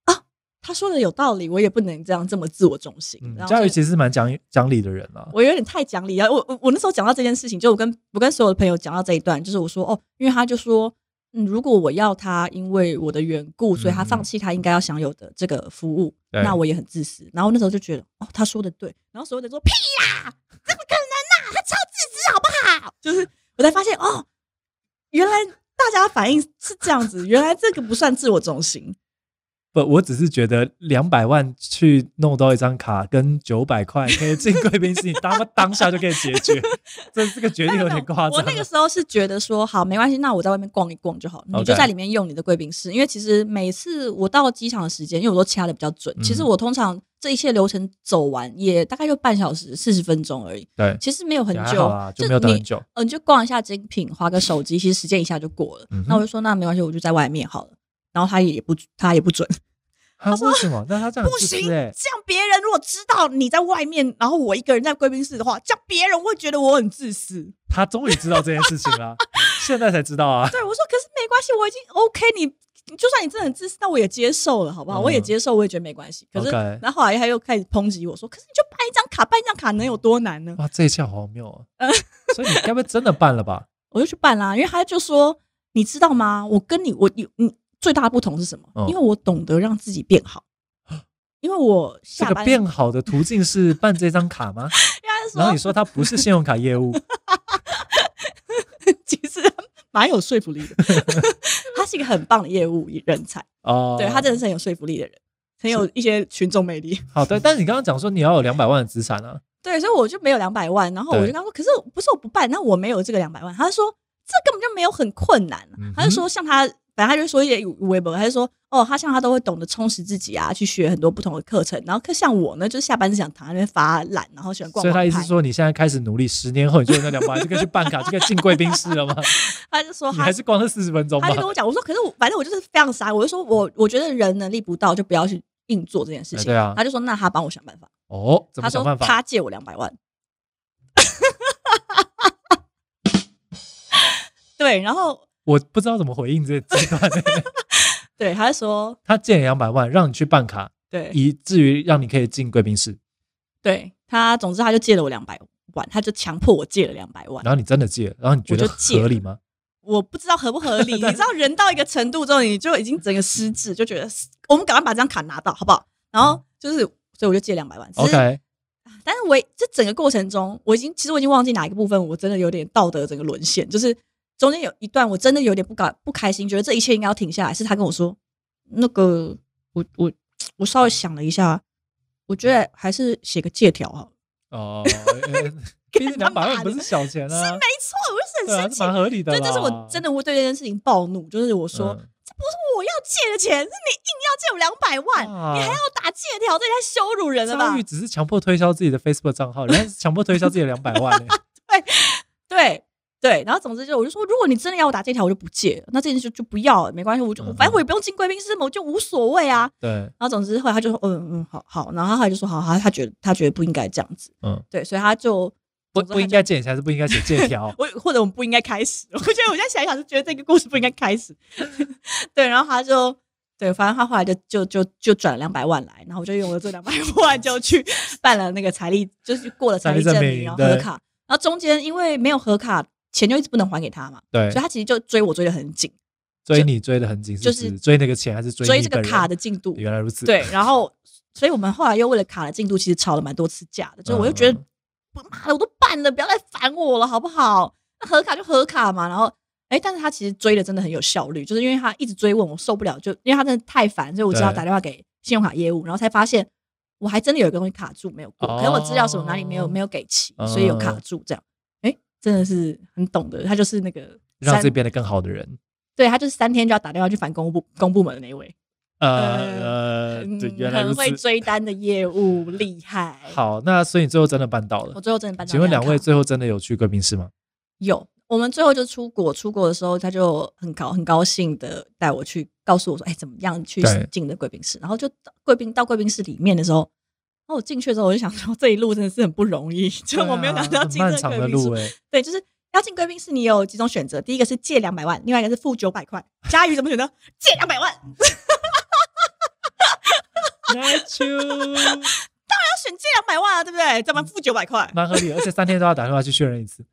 Speaker 2: 啊，他说的有道理，我也不能这样这么自我中心。
Speaker 1: 嗯
Speaker 2: 然，后
Speaker 1: 佳宇
Speaker 2: 就
Speaker 1: 其实蛮讲讲理的人啊。
Speaker 2: 我有点太讲理了。我我我那时候讲到这件事情，就我跟我跟所有的朋友讲到这一段，就是我说哦，因为他就说，嗯，如果我要他因为我的缘故，所以他
Speaker 1: 嗯
Speaker 2: 放弃他应该要享有的这个服务，
Speaker 1: 对
Speaker 2: 那我也很自私。然后那时候就觉得，哦，他说的对。然后所有人说屁啦，怎么可能呐、啊他超自私好不好？就是我才发现哦，原来大家反应是这样子，原来这个不算自我中心。
Speaker 1: 不，我只是觉得两百万去弄到一张卡跟九百块可以进贵宾室，你当当下就可以解 决，这这个决定有点夸张
Speaker 2: 我
Speaker 1: 啊。
Speaker 2: 那个时候是觉得说，好，没关系，那我在外面逛一逛就好，你就
Speaker 1: OK
Speaker 2: 在里面用你的贵宾室。因为其实每次我到机场的时间，因为我都掐的比较准，
Speaker 1: 嗯
Speaker 2: 其实我通常这一切流程走完也大概就半小时、四十分钟而已，
Speaker 1: 对，
Speaker 2: 其实没有很
Speaker 1: 也还
Speaker 2: 久，
Speaker 1: 好啦，就没有等很
Speaker 2: 你。
Speaker 1: 久。
Speaker 2: 嗯，你就逛一下精品，划个手机，其实时间一下就过了。
Speaker 1: 嗯哼
Speaker 2: 那我就说，那没关系，我就在外面好了。然后他也不，他也不准，
Speaker 1: 他啊为什么？那他这样
Speaker 2: 不
Speaker 1: 很自私
Speaker 2: 行，这
Speaker 1: 欸
Speaker 2: 样别人如果知道你在外面，然后我一个人在贵宾室的话，这样别人会觉得我很自私。
Speaker 1: 他终于知道这件事情了，现在才知道啊。
Speaker 2: 对，我说可是没关系，我已经 OK，你你就算你真的很自私，那我也接受了，好不好？
Speaker 1: 嗯
Speaker 2: 我也接受，我也觉得没关系。可是
Speaker 1: OK
Speaker 2: 然后后来他又开始抨击我说，可是你就办一张卡，办一张卡能有多难呢？
Speaker 1: 哇，这一切好荒谬啊！ 所以你该不会真的办了吧？
Speaker 2: 我就去办啦，因为他就说，你知道吗？我跟你，我你你最大的不同是什么？
Speaker 1: 嗯啊
Speaker 2: 因为我懂得让自己变好。因为我
Speaker 1: 这
Speaker 2: 下
Speaker 1: 个
Speaker 2: 班，
Speaker 1: 变好的途径是办这张卡 吗？
Speaker 2: 因为他
Speaker 1: 然后你
Speaker 2: 说，
Speaker 1: 说他不是信用卡业务，
Speaker 2: 其实他蛮有说服力的。 他是一个很棒的业务人才，
Speaker 1: 哦，
Speaker 2: 对他真的是很有说服力的人，很有一些群众魅力。
Speaker 1: 好对，但是你刚刚讲说你要有两百万的资产啊，
Speaker 2: 对，所以我就没有两百万，然后我就
Speaker 1: 对
Speaker 2: 跟他说，可是不是我不办，那我没有这个两百万。他就说这根本就没有很困难啊、
Speaker 1: 嗯哼
Speaker 2: 他就说像他，反正他就说一些微博，他就说哦，他像他都会懂得充实自己啊，去学很多不同的课程。然后可像我呢，就是下班只想躺在那边发懒，然后喜欢逛
Speaker 1: 所以
Speaker 2: 网
Speaker 1: 他
Speaker 2: 拍。
Speaker 1: 意思说，你现在开始努力，十年后你就有那两百，就可以去办卡，就可以进贵宾室了 吗？
Speaker 2: 他就说
Speaker 1: 你
Speaker 2: 他
Speaker 1: 还是逛这四十分钟吧
Speaker 2: 哦他就。跟我讲，我说可是我反正我就是非常傻，我就说我我觉得人能力不到就不要去硬做这件事
Speaker 1: 哎
Speaker 2: 情。
Speaker 1: 对啊
Speaker 2: 他就说那他帮我想办法，
Speaker 1: 哦，怎么
Speaker 2: 他
Speaker 1: 想
Speaker 2: 说
Speaker 1: 办法？
Speaker 2: 他借我两百万。 对，然后
Speaker 1: 我不知道怎么回应这这段。
Speaker 2: 对，他就说
Speaker 1: 他借你两百万，让你去办卡，
Speaker 2: 对
Speaker 1: 以至于让你可以进贵宾室，
Speaker 2: 对，他总之他就借了我两百万，他就强迫我借了两百万
Speaker 1: 然。后你真的借了，然后你觉
Speaker 2: 我
Speaker 1: 得
Speaker 2: 就借了
Speaker 1: 合理吗？
Speaker 2: 我不知道合不合 理，你知道人到一个程度之后，你就已经整个失智，就觉得我们赶快把这张卡拿到，好不好？然后就是，所以我就借两百万。只
Speaker 1: 嗯
Speaker 2: 是
Speaker 1: OK，
Speaker 2: 但是我也这整个过程中，我已经其实我已经忘记哪一个部分，我真的有点道德整个沦陷，就是中间有一段我真的有点不敢不开心，觉得这一切应该要停下来。是他跟我说，那个我我我稍微想了一下，我觉得还是写个借条好了。
Speaker 1: 哦，呃毕竟两百万不是小钱啊，
Speaker 2: 没错，我就
Speaker 1: 对
Speaker 2: 是
Speaker 1: 啊，
Speaker 2: 很生
Speaker 1: 是
Speaker 2: 气。
Speaker 1: 蛮合理的啦。
Speaker 2: 对，这是我真的会对这件事情暴怒，就是我说、
Speaker 1: 嗯
Speaker 2: 这不是我要借的钱，是你硬要借我两百万，
Speaker 1: 哇
Speaker 2: 你还要打借条，这也太羞辱人了吧
Speaker 1: 张宇？只是强迫推销自己的 Facebook 账号，人家是强迫推销自己的两百万 欸，
Speaker 2: 对对，然后总之就我就说，如果你真的要我打这条，我就不借了，那这件事就就不要了，没关系，我就、
Speaker 1: 嗯
Speaker 2: 反正我也不用进贵宾室嘛，我就无所谓啊。
Speaker 1: 对，
Speaker 2: 然后总之后来他就说，嗯嗯，好好，然后他后来就说，好，他他觉得他觉得不应该这样子，
Speaker 1: 嗯
Speaker 2: 对，所以他就
Speaker 1: 不
Speaker 2: 总之
Speaker 1: 不
Speaker 2: 他
Speaker 1: 应
Speaker 2: 就？
Speaker 1: 该借钱，还是不应该写借条
Speaker 2: 我或者我们不应该开始。我觉得我现在想一想，就觉得这个故事不应该开始。 对，然后他就对，反正他后来就就就就转了两百万来，然后我就用了这两百万 就去办了那个财力，就是过了财力证
Speaker 1: 财力证
Speaker 2: 明，
Speaker 1: 明
Speaker 2: 然后核
Speaker 1: 对
Speaker 2: 卡，然后中间因为没有核卡，钱就一直不能还给他嘛，
Speaker 1: 对
Speaker 2: 所以，他其实就追我追的很紧，
Speaker 1: 追你追的很紧，
Speaker 2: 就是是
Speaker 1: 指追那个钱还是追
Speaker 2: 追
Speaker 1: 你
Speaker 2: 这个
Speaker 1: 本人
Speaker 2: 卡的进度。
Speaker 1: 原来如此，
Speaker 2: 对，然后所以我们后来又为了卡的进度，其实吵了蛮多次架的，就是我就觉得
Speaker 1: 嗯，
Speaker 2: 不妈的，我都办了，不要再烦我了，好不好？那合卡就合卡嘛，然后。哎，但是他其实追的真的很有效率，就是因为他一直追问，我受不了，就因为他真的太烦，所以我只好
Speaker 1: 对
Speaker 2: 打电话给信用卡业务，然后才发现我还真的有一个东西卡住没有过，可能我资料什么哪里没有
Speaker 1: 哦
Speaker 2: 没有给齐，所以有卡
Speaker 1: 嗯
Speaker 2: 住这样。哎，真的是很懂的，他就是那个
Speaker 1: 让
Speaker 2: 三
Speaker 1: 自己变得更好的人。
Speaker 2: 对他就是三天就要打电话去反公部公部门的那一位。
Speaker 1: 呃呃，对，
Speaker 2: 嗯
Speaker 1: 原来如
Speaker 2: 很会
Speaker 1: 此。
Speaker 2: 追单的业务厉害。，
Speaker 1: 好，那所以你最后真的办到了
Speaker 2: 我。最后真的办到。
Speaker 1: 请问两位最后真的有去贵宾室吗？
Speaker 2: 有？我们最后就出国，出国的时候他就很高很高兴的带我去，告诉我说：“哎，怎么样去
Speaker 1: 对
Speaker 2: 进的贵宾室？”然后就到贵宾到贵宾室里面的时候，然后我进去的时候我就想说， 这一路真的是很不容易，就我没有想
Speaker 1: 对啊
Speaker 2: 到
Speaker 1: 很
Speaker 2: 进
Speaker 1: 漫
Speaker 2: 这
Speaker 1: 长
Speaker 2: 个
Speaker 1: 的
Speaker 2: 贵宾室
Speaker 1: 路，哎，
Speaker 2: 对，就是要进贵宾室，你有几种选择，第一个是借两百万，另外一个是付九百块。佳宇怎么选择？借两百万，要
Speaker 1: Not you，
Speaker 2: 选借两百万啊，对不对？
Speaker 1: 嗯
Speaker 2: 怎么付九百块？
Speaker 1: 蛮合理的，而且三天都要打电话去确认一次，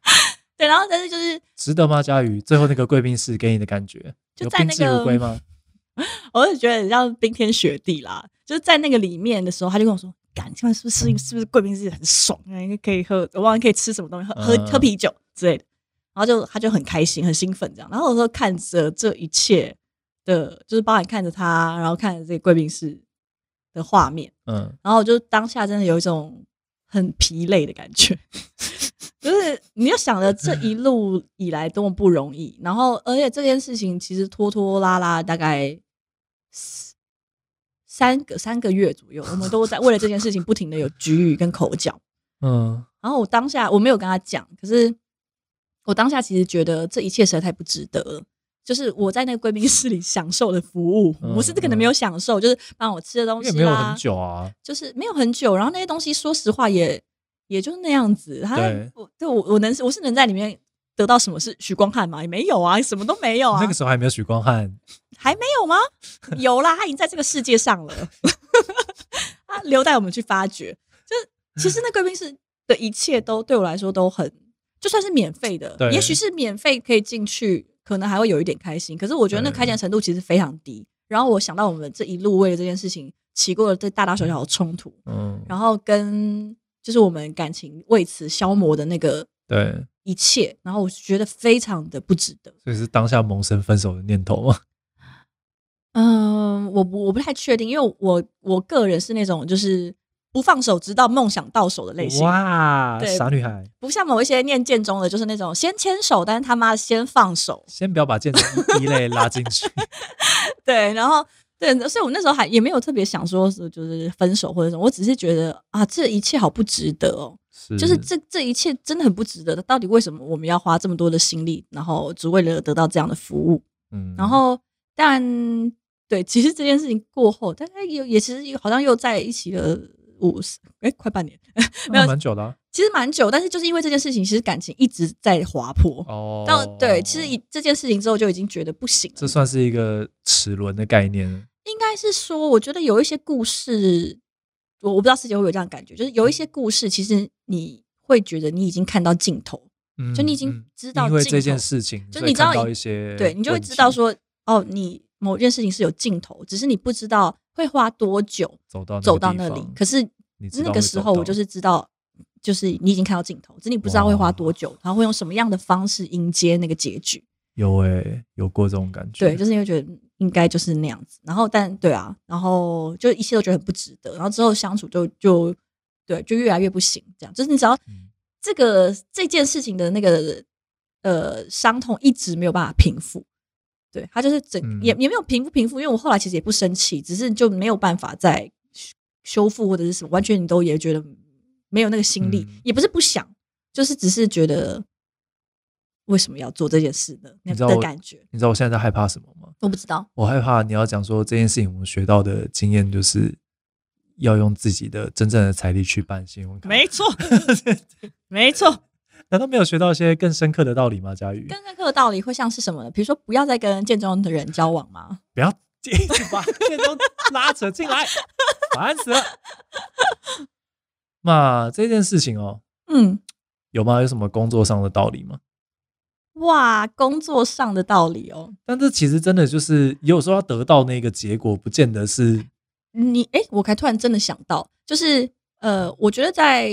Speaker 2: 对，然后但是就是
Speaker 1: 值得吗？佳瑜，最后那个贵宾室给你的感觉，
Speaker 2: 就
Speaker 1: 有
Speaker 2: 在
Speaker 1: 宾
Speaker 2: 那
Speaker 1: 至如
Speaker 2: 个
Speaker 1: 归吗？
Speaker 2: 我就觉得很像冰天雪地啦。就是在那个里面的时候，他就跟我说：“干，今晚是不是
Speaker 1: 嗯
Speaker 2: 是不是贵宾室很爽？啊应该可以喝，我忘了可以吃什么东西，喝喝
Speaker 1: 嗯
Speaker 2: 喝啤酒之类的。”然后就他就很开心，很兴奋这样。然后我说看着这一切的，就是包含看着他，然后看着这个贵宾室的画面，
Speaker 1: 嗯，
Speaker 2: 然后我就当下真的有一种很疲累的感觉， 就是你要想着这一路以来多么不容易，然后而且这件事情其实拖拖拉拉大概四三个三个月左右，我们都在为了这件事情不停的有局语跟口角。
Speaker 1: 嗯，
Speaker 2: 然后我当下我没有跟他讲，可是我当下其实觉得这一切实在太不值得了。就是我在那个贵宾室里享受的服务，
Speaker 1: 嗯
Speaker 2: 我是可能没有享受，就是帮我吃的东
Speaker 1: 因
Speaker 2: 西
Speaker 1: 为
Speaker 2: 啦，
Speaker 1: 没有很久啊，
Speaker 2: 就是没有很久，然后那些东西说实话也也就那样子。他
Speaker 1: 对
Speaker 2: 我对我我能我是能在里面得到什么是许光汉吗？也没有啊，什么都没有啊，
Speaker 1: 那个时候还没有许光汉，
Speaker 2: 还没有吗？有啦，他已经在这个世界上了， 他留待我们去发掘。就是其实那贵宾室的一切都对我来说都很，就算是免费的
Speaker 1: 对，
Speaker 2: 也许是免费可以进去，可能还会有一点开心。可是我觉得那
Speaker 1: 对
Speaker 2: 开心的程度其实非常低。然后我想到我们这一路为了这件事情起过了这大大小小的冲突，
Speaker 1: 嗯，
Speaker 2: 然后跟就是我们感情为此消磨的那个
Speaker 1: 对，
Speaker 2: 一切，然后我觉得非常的不值得。
Speaker 1: 所以是当下萌生分手的念头啊嘛？
Speaker 2: 嗯，我不我不太确定，因为我我个人是那种就是不放手直到梦想到手的类型，
Speaker 1: 哇，
Speaker 2: 对
Speaker 1: 傻女孩，
Speaker 2: 不像某一些念剑中的，就是那种先牵手，但是他妈先放手。
Speaker 1: 先不要把剑中一一类拉进 去，
Speaker 2: 对，然后对，所以我那时候还也没有特别想说是就是分手或者什么，我只是觉得啊，这一切好不值得哦。
Speaker 1: 是
Speaker 2: 就是这这一切真的很不值得的。到底为什么我们要花这么多的心力，然后只为了得到这样的服务？
Speaker 1: 嗯
Speaker 2: 然后，但对，其实这件事情过后，大概有也其实好像又在一起了五十哎快半年，
Speaker 1: 那
Speaker 2: 没有
Speaker 1: 蛮久的啊
Speaker 2: 其实蛮久。但是就是因为这件事情，其实感情一直在滑坡。
Speaker 1: 哦。
Speaker 2: 到对，其实以这件事情之后就已经觉得不行
Speaker 1: 这
Speaker 2: 了。
Speaker 1: 算是一个齿轮的概念，
Speaker 2: 应该是说，我觉得有一些故事，我我不知道师姐会不会有这样的感觉，就是有一
Speaker 1: 嗯
Speaker 2: 些故事，其实你会觉得你已经看到尽头，
Speaker 1: 嗯
Speaker 2: 就你已经
Speaker 1: 嗯
Speaker 2: 知道
Speaker 1: 因为
Speaker 2: 尽
Speaker 1: 这件
Speaker 2: 头
Speaker 1: 事情，
Speaker 2: 就
Speaker 1: 所以
Speaker 2: 你知道
Speaker 1: 看到
Speaker 2: 你
Speaker 1: 一些，
Speaker 2: 对你就会知道说，哦，你某件事情是有尽头，只是你不知道会花多久
Speaker 1: 走到
Speaker 2: 走
Speaker 1: 个
Speaker 2: 到
Speaker 1: 地
Speaker 2: 那里
Speaker 1: 方。
Speaker 2: 可是
Speaker 1: 你知道
Speaker 2: 那个
Speaker 1: 会
Speaker 2: 时
Speaker 1: 走
Speaker 2: 候，我
Speaker 1: 到
Speaker 2: 就是知道，就是你已经看到尽头，只是你不知道会花
Speaker 1: 哇
Speaker 2: 多久，然后会用什么样的方式迎接那个结局。
Speaker 1: 有诶、有过这种感觉，
Speaker 2: 对，就是因为觉得嗯应该就是那样子。然后，但对啊，然后就一切都觉得很不值得。然后之后相处就就对，就越来越不行。这样就是你只要
Speaker 1: 嗯
Speaker 2: 这个这件事情的那个呃伤痛一直没有办法平复。对他就是整、
Speaker 1: 嗯
Speaker 2: 也也没有平复平复，因为我后来其实也不生气，只是就没有办法再修修复或者是什么，完全你都也觉得没有那个心力，
Speaker 1: 嗯
Speaker 2: 也不是不想，就是只是觉得为什么要做这件事呢？那
Speaker 1: 你知道
Speaker 2: 的
Speaker 1: 我
Speaker 2: 感觉，
Speaker 1: 你知道我现在在害怕什么吗？
Speaker 2: 我不知道。
Speaker 1: 我害怕你要讲说这件事情，我们学到的经验就是要用自己的真正的财力去办信用卡。
Speaker 2: 没错，没错，
Speaker 1: 难道没有学到一些更深刻的道理吗？佳宇，
Speaker 2: 更深刻的道理会像是什么呢？比如说，不要再跟建中的人交往吗？
Speaker 1: 不要 一直把建中拉扯进来，烦死了。那这件事情哦，
Speaker 2: 嗯，
Speaker 1: 有吗？有什么工作上的道理吗？
Speaker 2: 哇，工作上的道理哦。
Speaker 1: 但这其实真的就是，有时候要得到那个结果，不见得是
Speaker 2: 你哎、我才突然真的想到，就是呃，我觉得在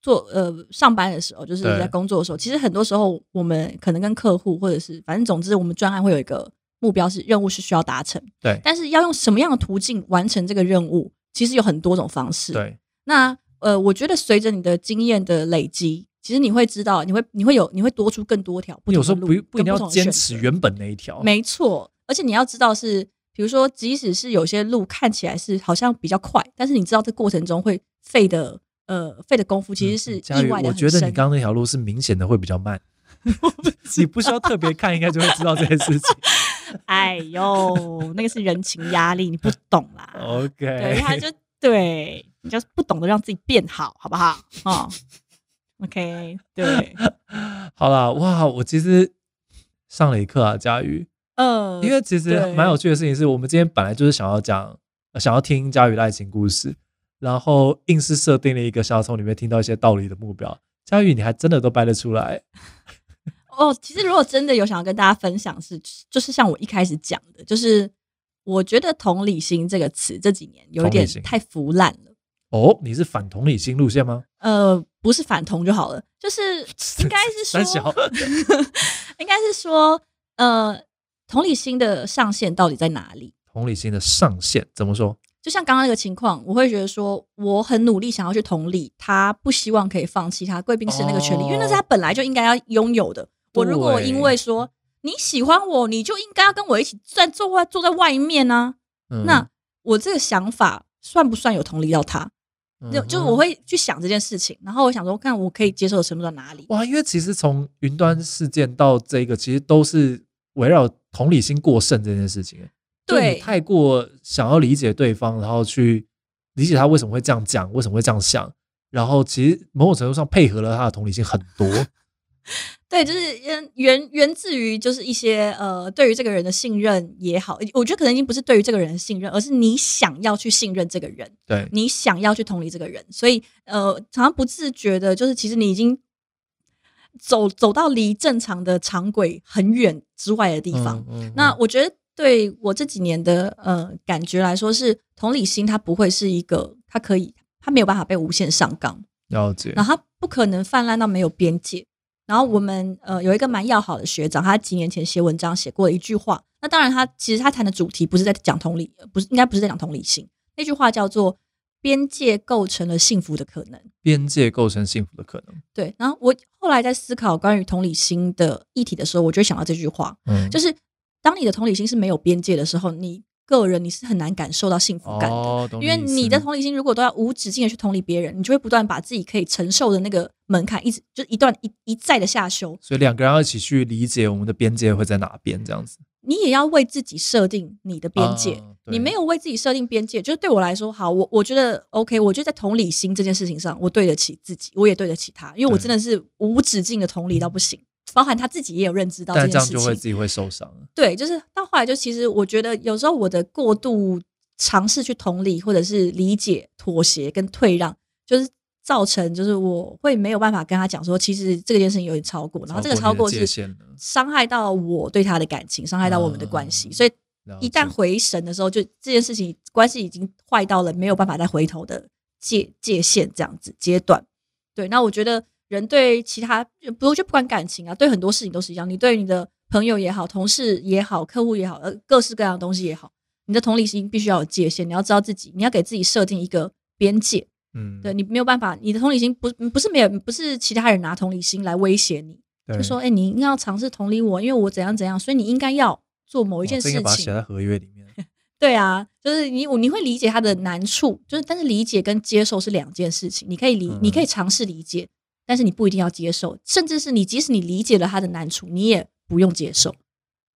Speaker 2: 做呃上班的时候，就是
Speaker 1: 对
Speaker 2: 在工作的时候，其实很多时候我们可能跟客户或者是反正总之我们专案会有一个目标是任务是需要达成，
Speaker 1: 对
Speaker 2: 但是要用什么样的途径完成这个任务，其实有很多种方式。，
Speaker 1: 对
Speaker 2: 那呃，我觉得随着你的经验的累积。其实你会知道，你会你会有你会多出更多条不同
Speaker 1: 有
Speaker 2: 的
Speaker 1: 时候
Speaker 2: 路
Speaker 1: 不
Speaker 2: 跟
Speaker 1: 不一定
Speaker 2: 同
Speaker 1: 要
Speaker 2: 的
Speaker 1: 坚
Speaker 2: 选
Speaker 1: 持
Speaker 2: 择
Speaker 1: 原本那一条。
Speaker 2: 没错，而且你要知道是，比如说，即使是有些路看起来是好像比较快，但是你知道这过程中会费的呃费的功夫其实是
Speaker 1: 嗯佳宇
Speaker 2: 意外的
Speaker 1: 我
Speaker 2: 很
Speaker 1: 觉
Speaker 2: 深。
Speaker 1: 得你刚刚那条路是明显的会比较 慢，你不需要特别看，应该就会知道这件事 情。
Speaker 2: 哎呦，那个是人情压力，你不懂 啦。对，他
Speaker 1: OK，
Speaker 2: 就对你就是不懂得让自己变好，好不好？哦，OK，对，
Speaker 1: 好啦，哇，我其实上了一课啊，佳宇，
Speaker 2: 呃，
Speaker 1: 因为其实
Speaker 2: 对
Speaker 1: 蛮有趣的事情是我们今天本来就是想要讲，呃想要听佳宇的爱情故事，然后硬是设定了一个想要从里面听到一些道理的目标。佳宇，你还真的都掰得出来，
Speaker 2: 哦，其实如果真的有想要跟大家分享是，就是像我一开始讲的，就是我觉得同理心这个词这几年有一点
Speaker 1: 同理心
Speaker 2: 太腐烂了。
Speaker 1: 哦，你是反同理心路线吗？
Speaker 2: 呃，不是反同就好了， 就是应该是
Speaker 1: 三小
Speaker 2: 说，应该是说，呃，同理心的上限到底在哪里？
Speaker 1: 同理心的上限怎么说？
Speaker 2: 就像刚刚那个情况，我会觉得说，我很努力想要去同理他，不希望可以放弃他贵宾室那个权利，因为那是他本来就应该要拥有的。我如果
Speaker 1: 哦对
Speaker 2: 因为说你喜欢我，你就应该要跟我一起站坐外坐在外面呢、
Speaker 1: 嗯
Speaker 2: 那我这个想法算不算有同理到他？
Speaker 1: 嗯
Speaker 2: 就
Speaker 1: 哼
Speaker 2: 就我会去想这件事情，然后我想说，看我可以接受的程度到哪里。
Speaker 1: 哇，因为其实从云端事件到这个，其实都是围绕同理心过剩这件事情。欸就
Speaker 2: 对
Speaker 1: 你太过想要理解对方，然后去理解他为什么会这样讲，为什么会这样想，然后其实某种程度上配合了他的同理心很 多。
Speaker 2: 对，就是源源源自于就是一些呃，对于这个人的信任也好，我觉得可能已经不是对于这个人的信任，而是你想要去信任这个人。
Speaker 1: 对，
Speaker 2: 你想要去同理这个人，所以呃，常常不自觉的，就是其实你已经走走到离正常的常轨很远之外的地方。
Speaker 1: 嗯，嗯
Speaker 2: 那
Speaker 1: 嗯
Speaker 2: 我觉得对我这几年的呃感觉来说是，同理心它不会是一个，它可以，它没有办法被无限上纲，
Speaker 1: 了解
Speaker 2: 然后它不可能泛滥到没有边界。然后我们呃有一个蛮要好的学长，他几年前写文章写过一句话，那当然他其实他谈的主题不是在讲同理，呃不是应该不是在讲同理心，那句话叫做“边界构成了幸福的可能”。
Speaker 1: 边界构成幸福的可能。
Speaker 2: 对，然后我后来在思考关于同理心的议题的时候，我就会想到这句话，
Speaker 1: 嗯，
Speaker 2: 就是当你的同理心是没有边界的时候，你个人你是很难感受到幸福感的。
Speaker 1: 哦，懂
Speaker 2: 因为
Speaker 1: 意
Speaker 2: 你
Speaker 1: 思
Speaker 2: 的同理心如果都要无止境的去同理别人，你就会不断把自己可以承受的那个门槛一直就一段一一再的下修。
Speaker 1: 所以两个人要一起去理解我们的边界会在哪边，这样子。
Speaker 2: 你也要为自己设定你的边界。
Speaker 1: 啊
Speaker 2: 你没，有为自己设定边界，就是对我来说，好，我我觉得 OK，我觉得在同理心这件事情上，我对得起自己，我也对得起他，因为我
Speaker 1: 对
Speaker 2: 真的是无止境的同理到不行，包含他自己也有认知到
Speaker 1: 对但
Speaker 2: 这
Speaker 1: 这
Speaker 2: 件
Speaker 1: 样
Speaker 2: 事情。
Speaker 1: 就会自己会受伤了。
Speaker 2: 对，就是到后来就其实我觉得有时候我的过度尝试去同理或者是理解、妥协跟退让，就是造成就是我会没有办法跟他讲说，其实这件事情有点超过，然后这个超过
Speaker 1: 你的界
Speaker 2: 是
Speaker 1: 限了
Speaker 2: 伤害到我对他的感情，伤害到我们的关系，
Speaker 1: 嗯
Speaker 2: 所以
Speaker 1: 了
Speaker 2: 一旦
Speaker 1: 解
Speaker 2: 回神的时候，就这件事情关系已经坏到了没有办法再回头的界界限这样子阶段。对，那我觉得人对其他，不我觉得不管感情啊，对很多事情都是一样。你对你的朋友也好，同事也好，客户也好，呃，各式各样的东西也好，你的同理心必须要有界限，你要知道自己，你要给自己设定一个边界。
Speaker 1: 嗯，
Speaker 2: 对你没有办法，你的同理心不不是没有，不是其他人拿同理心来威胁你，
Speaker 1: 对，
Speaker 2: 就说，哎、你应该要尝试同理我，因为我怎样怎样，所以你应该要做某
Speaker 1: 我
Speaker 2: 一件事
Speaker 1: 哦应该把它
Speaker 2: 情
Speaker 1: 写。在合约里面。
Speaker 2: 对啊，就是你你会理解他的难处，就是但是理解跟接受是两件事情。你可以理，
Speaker 1: 嗯
Speaker 2: 你可以尝试理解，但是你不一定要接受，甚至是你即使你理解了他的难处，你也不用接受。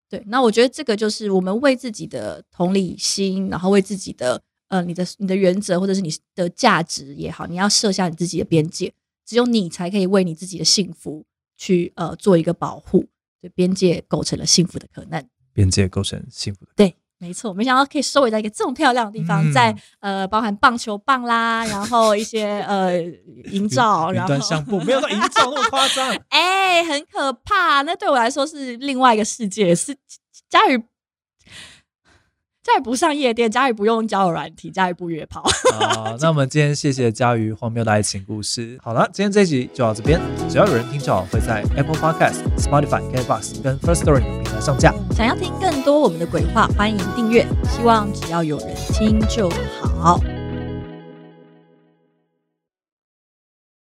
Speaker 2: 对，那我觉得这个就是我们为自己的同理心，然后为自己的呃你的你的原则或者是你的价值也好，你要设下你自己的边界，只有你才可以为你自己的幸福去呃做一个保护，对边界构成了幸福的可能。
Speaker 1: 边界构成幸福的。
Speaker 2: 没错，没想到可以收尾在一个这么漂亮的地方，
Speaker 1: 嗯
Speaker 2: 在呃包含棒球棒啦，然后一些呃营造，
Speaker 1: 云
Speaker 2: 然
Speaker 1: 端相
Speaker 2: 后
Speaker 1: 簿没有到营造那么夸 张，
Speaker 2: 哎、很可怕，那对我来说是另外一个世界，是佳宇。佳宇不上夜店，佳宇不用交友软体，佳宇不约炮。
Speaker 1: 好，那我们今天谢谢佳瑜荒谬的爱情故事。好了，今天这一集就到这边。只要有人听就好，会在 Apple Podcast、Spotify、KBox 跟 First Story 等平台上架。
Speaker 2: 想要听更多我们的鬼话，欢迎订阅。希望只要有人听就好。